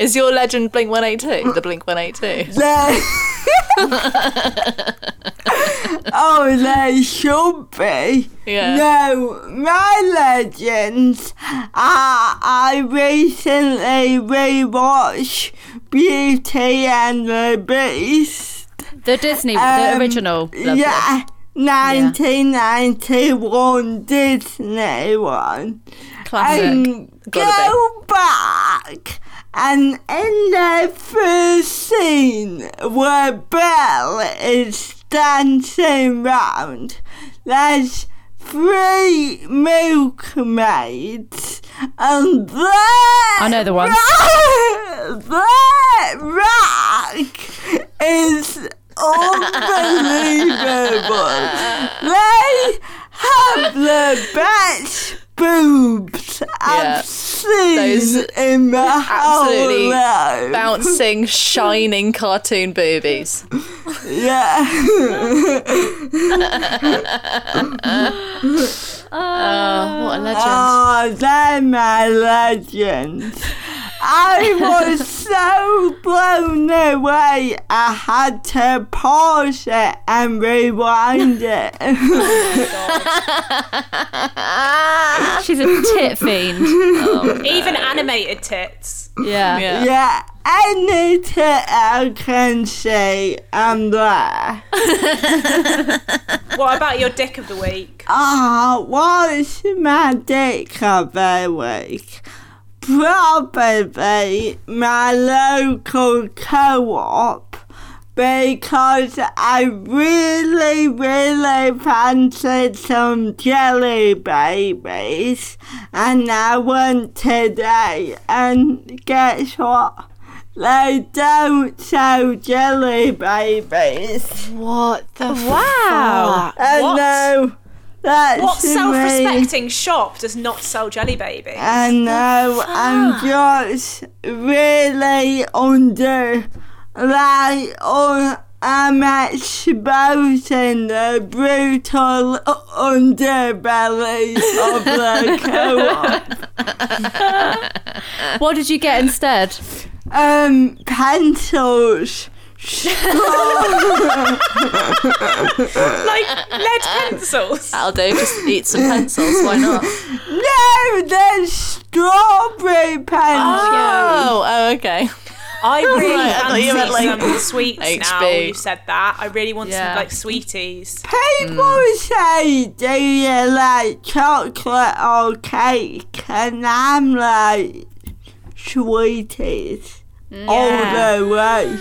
Speaker 1: Is your legend Blink 182? The Blink 182?
Speaker 4: They. oh, they should be.
Speaker 1: Yeah.
Speaker 4: No, my legends. I, I recently rewatched Beauty and the Beast.
Speaker 2: The Disney, the
Speaker 4: Um,
Speaker 2: original. Lovely.
Speaker 4: Yeah. 1991 Disney one.
Speaker 2: classic.
Speaker 4: and go back. And in the first scene where Belle is dancing round, there's three milkmaids, and that
Speaker 2: I know the ones.
Speaker 4: that rack is unbelievable. they have the best boobs
Speaker 1: Yeah.
Speaker 4: I've seen
Speaker 1: Those
Speaker 4: in my
Speaker 1: absolutely
Speaker 4: whole life.
Speaker 1: Bouncing, shining cartoon boobies.
Speaker 4: yeah.
Speaker 1: Oh, what a legend. Oh,
Speaker 4: Ah. Oh, they're my legends. I was so blown away, I had to pause it and rewind it.
Speaker 2: She's a tit fiend.
Speaker 3: Even animated tits.
Speaker 2: Yeah.
Speaker 1: Yeah.
Speaker 4: yeah, anything I can say, I'm there.
Speaker 3: What about your dick of the week?
Speaker 4: Ah, what's my dick of the week? Probably my local co-op because I really, really fancied some jelly babies and I went today and guess what? They don't sell jelly babies.
Speaker 1: What the
Speaker 2: Wow.
Speaker 4: And
Speaker 3: What?
Speaker 4: no, that's
Speaker 3: What
Speaker 4: me.
Speaker 3: self-respecting shop does not sell jelly babies?
Speaker 4: I know I'm just really under like on I'm exposing the brutal underbelly of the co-op.
Speaker 2: What did you get instead?
Speaker 4: Um, pencils.
Speaker 3: Like lead pencils.
Speaker 1: That'll do. Just eat some pencils. Why not?
Speaker 4: No, they're strawberry pencils.
Speaker 1: Oh, oh, okay.
Speaker 3: I really
Speaker 1: Right, I thought you meant,
Speaker 3: fancy
Speaker 1: like,
Speaker 3: some sweets now.
Speaker 1: HB.
Speaker 3: You said that. I really want
Speaker 2: Yeah.
Speaker 3: some like sweeties.
Speaker 4: People say, do you like chocolate or cake? And I'm like, sweeties. All the way.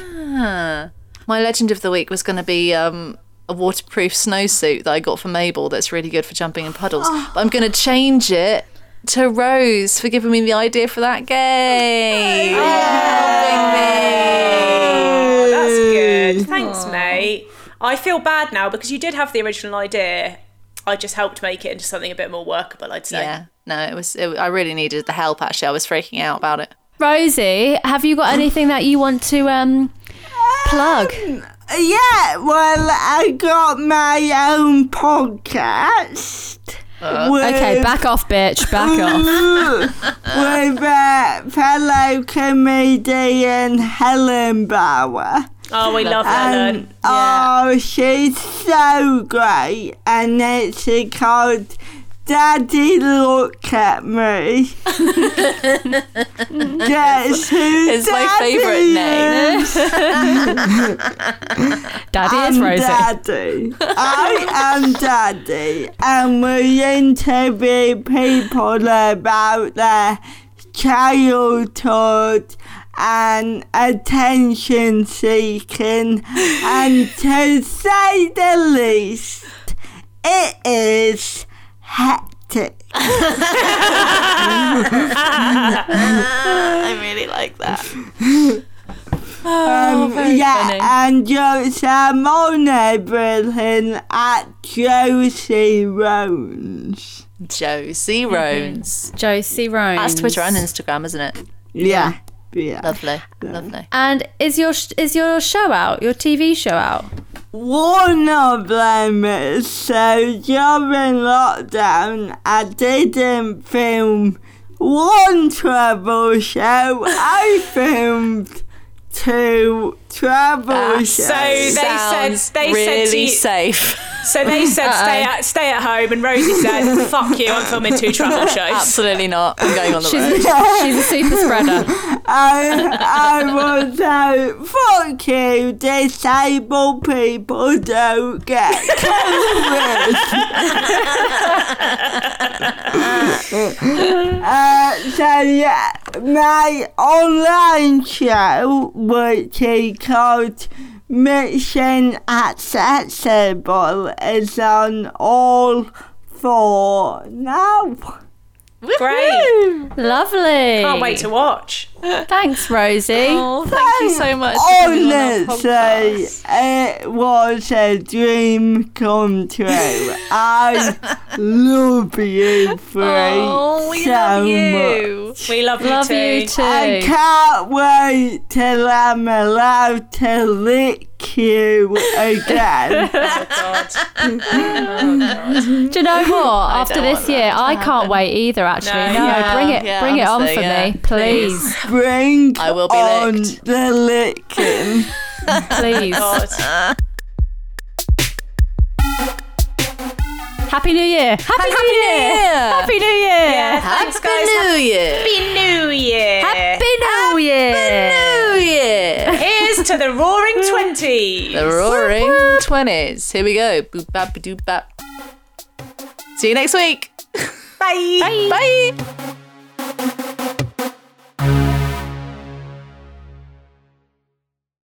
Speaker 1: My legend of the week was going to be um, a waterproof snowsuit that I got for Mabel that's really good for jumping in puddles. But I'm going to change it to Rose for giving me the idea for that game.
Speaker 3: Oh, that's good. Thanks, mate. I feel bad now because you did have the original idea. I just helped make it into something a bit more workable. I'd say.
Speaker 1: Yeah. No, it was. It, I really needed the help. Actually, I was freaking out about it.
Speaker 2: Rosie, have you got anything that you want to um plug?
Speaker 1: Um,
Speaker 4: Yeah, well, I got my own podcast. with,
Speaker 2: Okay, back off, bitch. Back
Speaker 1: Um,
Speaker 2: off.
Speaker 4: with uh, fellow comedian Helen Bauer.
Speaker 3: Oh, we love Helen.
Speaker 4: And, Oh, she's so great. And it's called Daddy Look at Me. Guess who
Speaker 1: It's my favourite name.
Speaker 2: Daddy
Speaker 4: I'm
Speaker 2: is
Speaker 1: um,
Speaker 2: Rosie.
Speaker 4: Daddy. I am Daddy, and we interview people about their childhood and attention seeking, and to say the least, it is hectic.
Speaker 1: I really like that.
Speaker 4: Um, yeah, and Joe's um, on everything at Josie Rones.
Speaker 1: Josie Rones.
Speaker 2: Josie Rowan.
Speaker 1: That's Twitter and Instagram, isn't it?
Speaker 4: Yeah. Yeah.
Speaker 1: Lovely, lovely.
Speaker 2: And is your is your show out? Your TV show out?
Speaker 4: One of them is so during lockdown I didn't film one travel show. I filmed two travel shows.
Speaker 3: So they said
Speaker 1: Sounds
Speaker 3: they
Speaker 1: really
Speaker 3: said to you,
Speaker 1: safe.
Speaker 3: so they said stay at stay at home and Rosie said fuck you I'm filming two travel shows.
Speaker 1: Absolutely not. I'm going on the road.
Speaker 2: She's a, she's a super spreader.
Speaker 4: I, I was so fuck you, disabled people don't get COVID. uh, so yeah, my online show, which is called Mission Accessible, is on all four now.
Speaker 3: Great.
Speaker 2: Lovely.
Speaker 3: Can't wait to watch.
Speaker 2: Thanks, Rosie.
Speaker 1: Oh, thank you so much. for coming on our
Speaker 4: Honestly, it was a dream come true. I love you three
Speaker 1: Oh, we
Speaker 4: so
Speaker 1: love you.
Speaker 3: We love,
Speaker 2: Love
Speaker 3: you too.
Speaker 2: you too.
Speaker 4: I can't wait till I'm allowed to lick you again.
Speaker 3: Oh, God.
Speaker 2: Do you know what? After this year, I can't wait either. Actually,
Speaker 3: No,
Speaker 2: no,
Speaker 1: yeah,
Speaker 2: bring it,
Speaker 1: yeah,
Speaker 2: bring it on
Speaker 1: honestly,
Speaker 2: for
Speaker 1: yeah.
Speaker 2: me, please,
Speaker 4: Bring
Speaker 1: I will be
Speaker 4: on
Speaker 1: licked.
Speaker 4: the licking.
Speaker 2: please. Oh,
Speaker 3: God.
Speaker 2: Happy New Year! Happy, New Year!
Speaker 1: Yeah.
Speaker 2: Happy New Year!
Speaker 1: Happy New Year.
Speaker 3: Happy New Year.
Speaker 2: Happy New Year!
Speaker 1: New Year.
Speaker 3: Here's to the roaring 20s.
Speaker 1: The roaring twenties. Here we go. Boop bap doop bap. See you next week.
Speaker 3: Bye.
Speaker 1: Bye.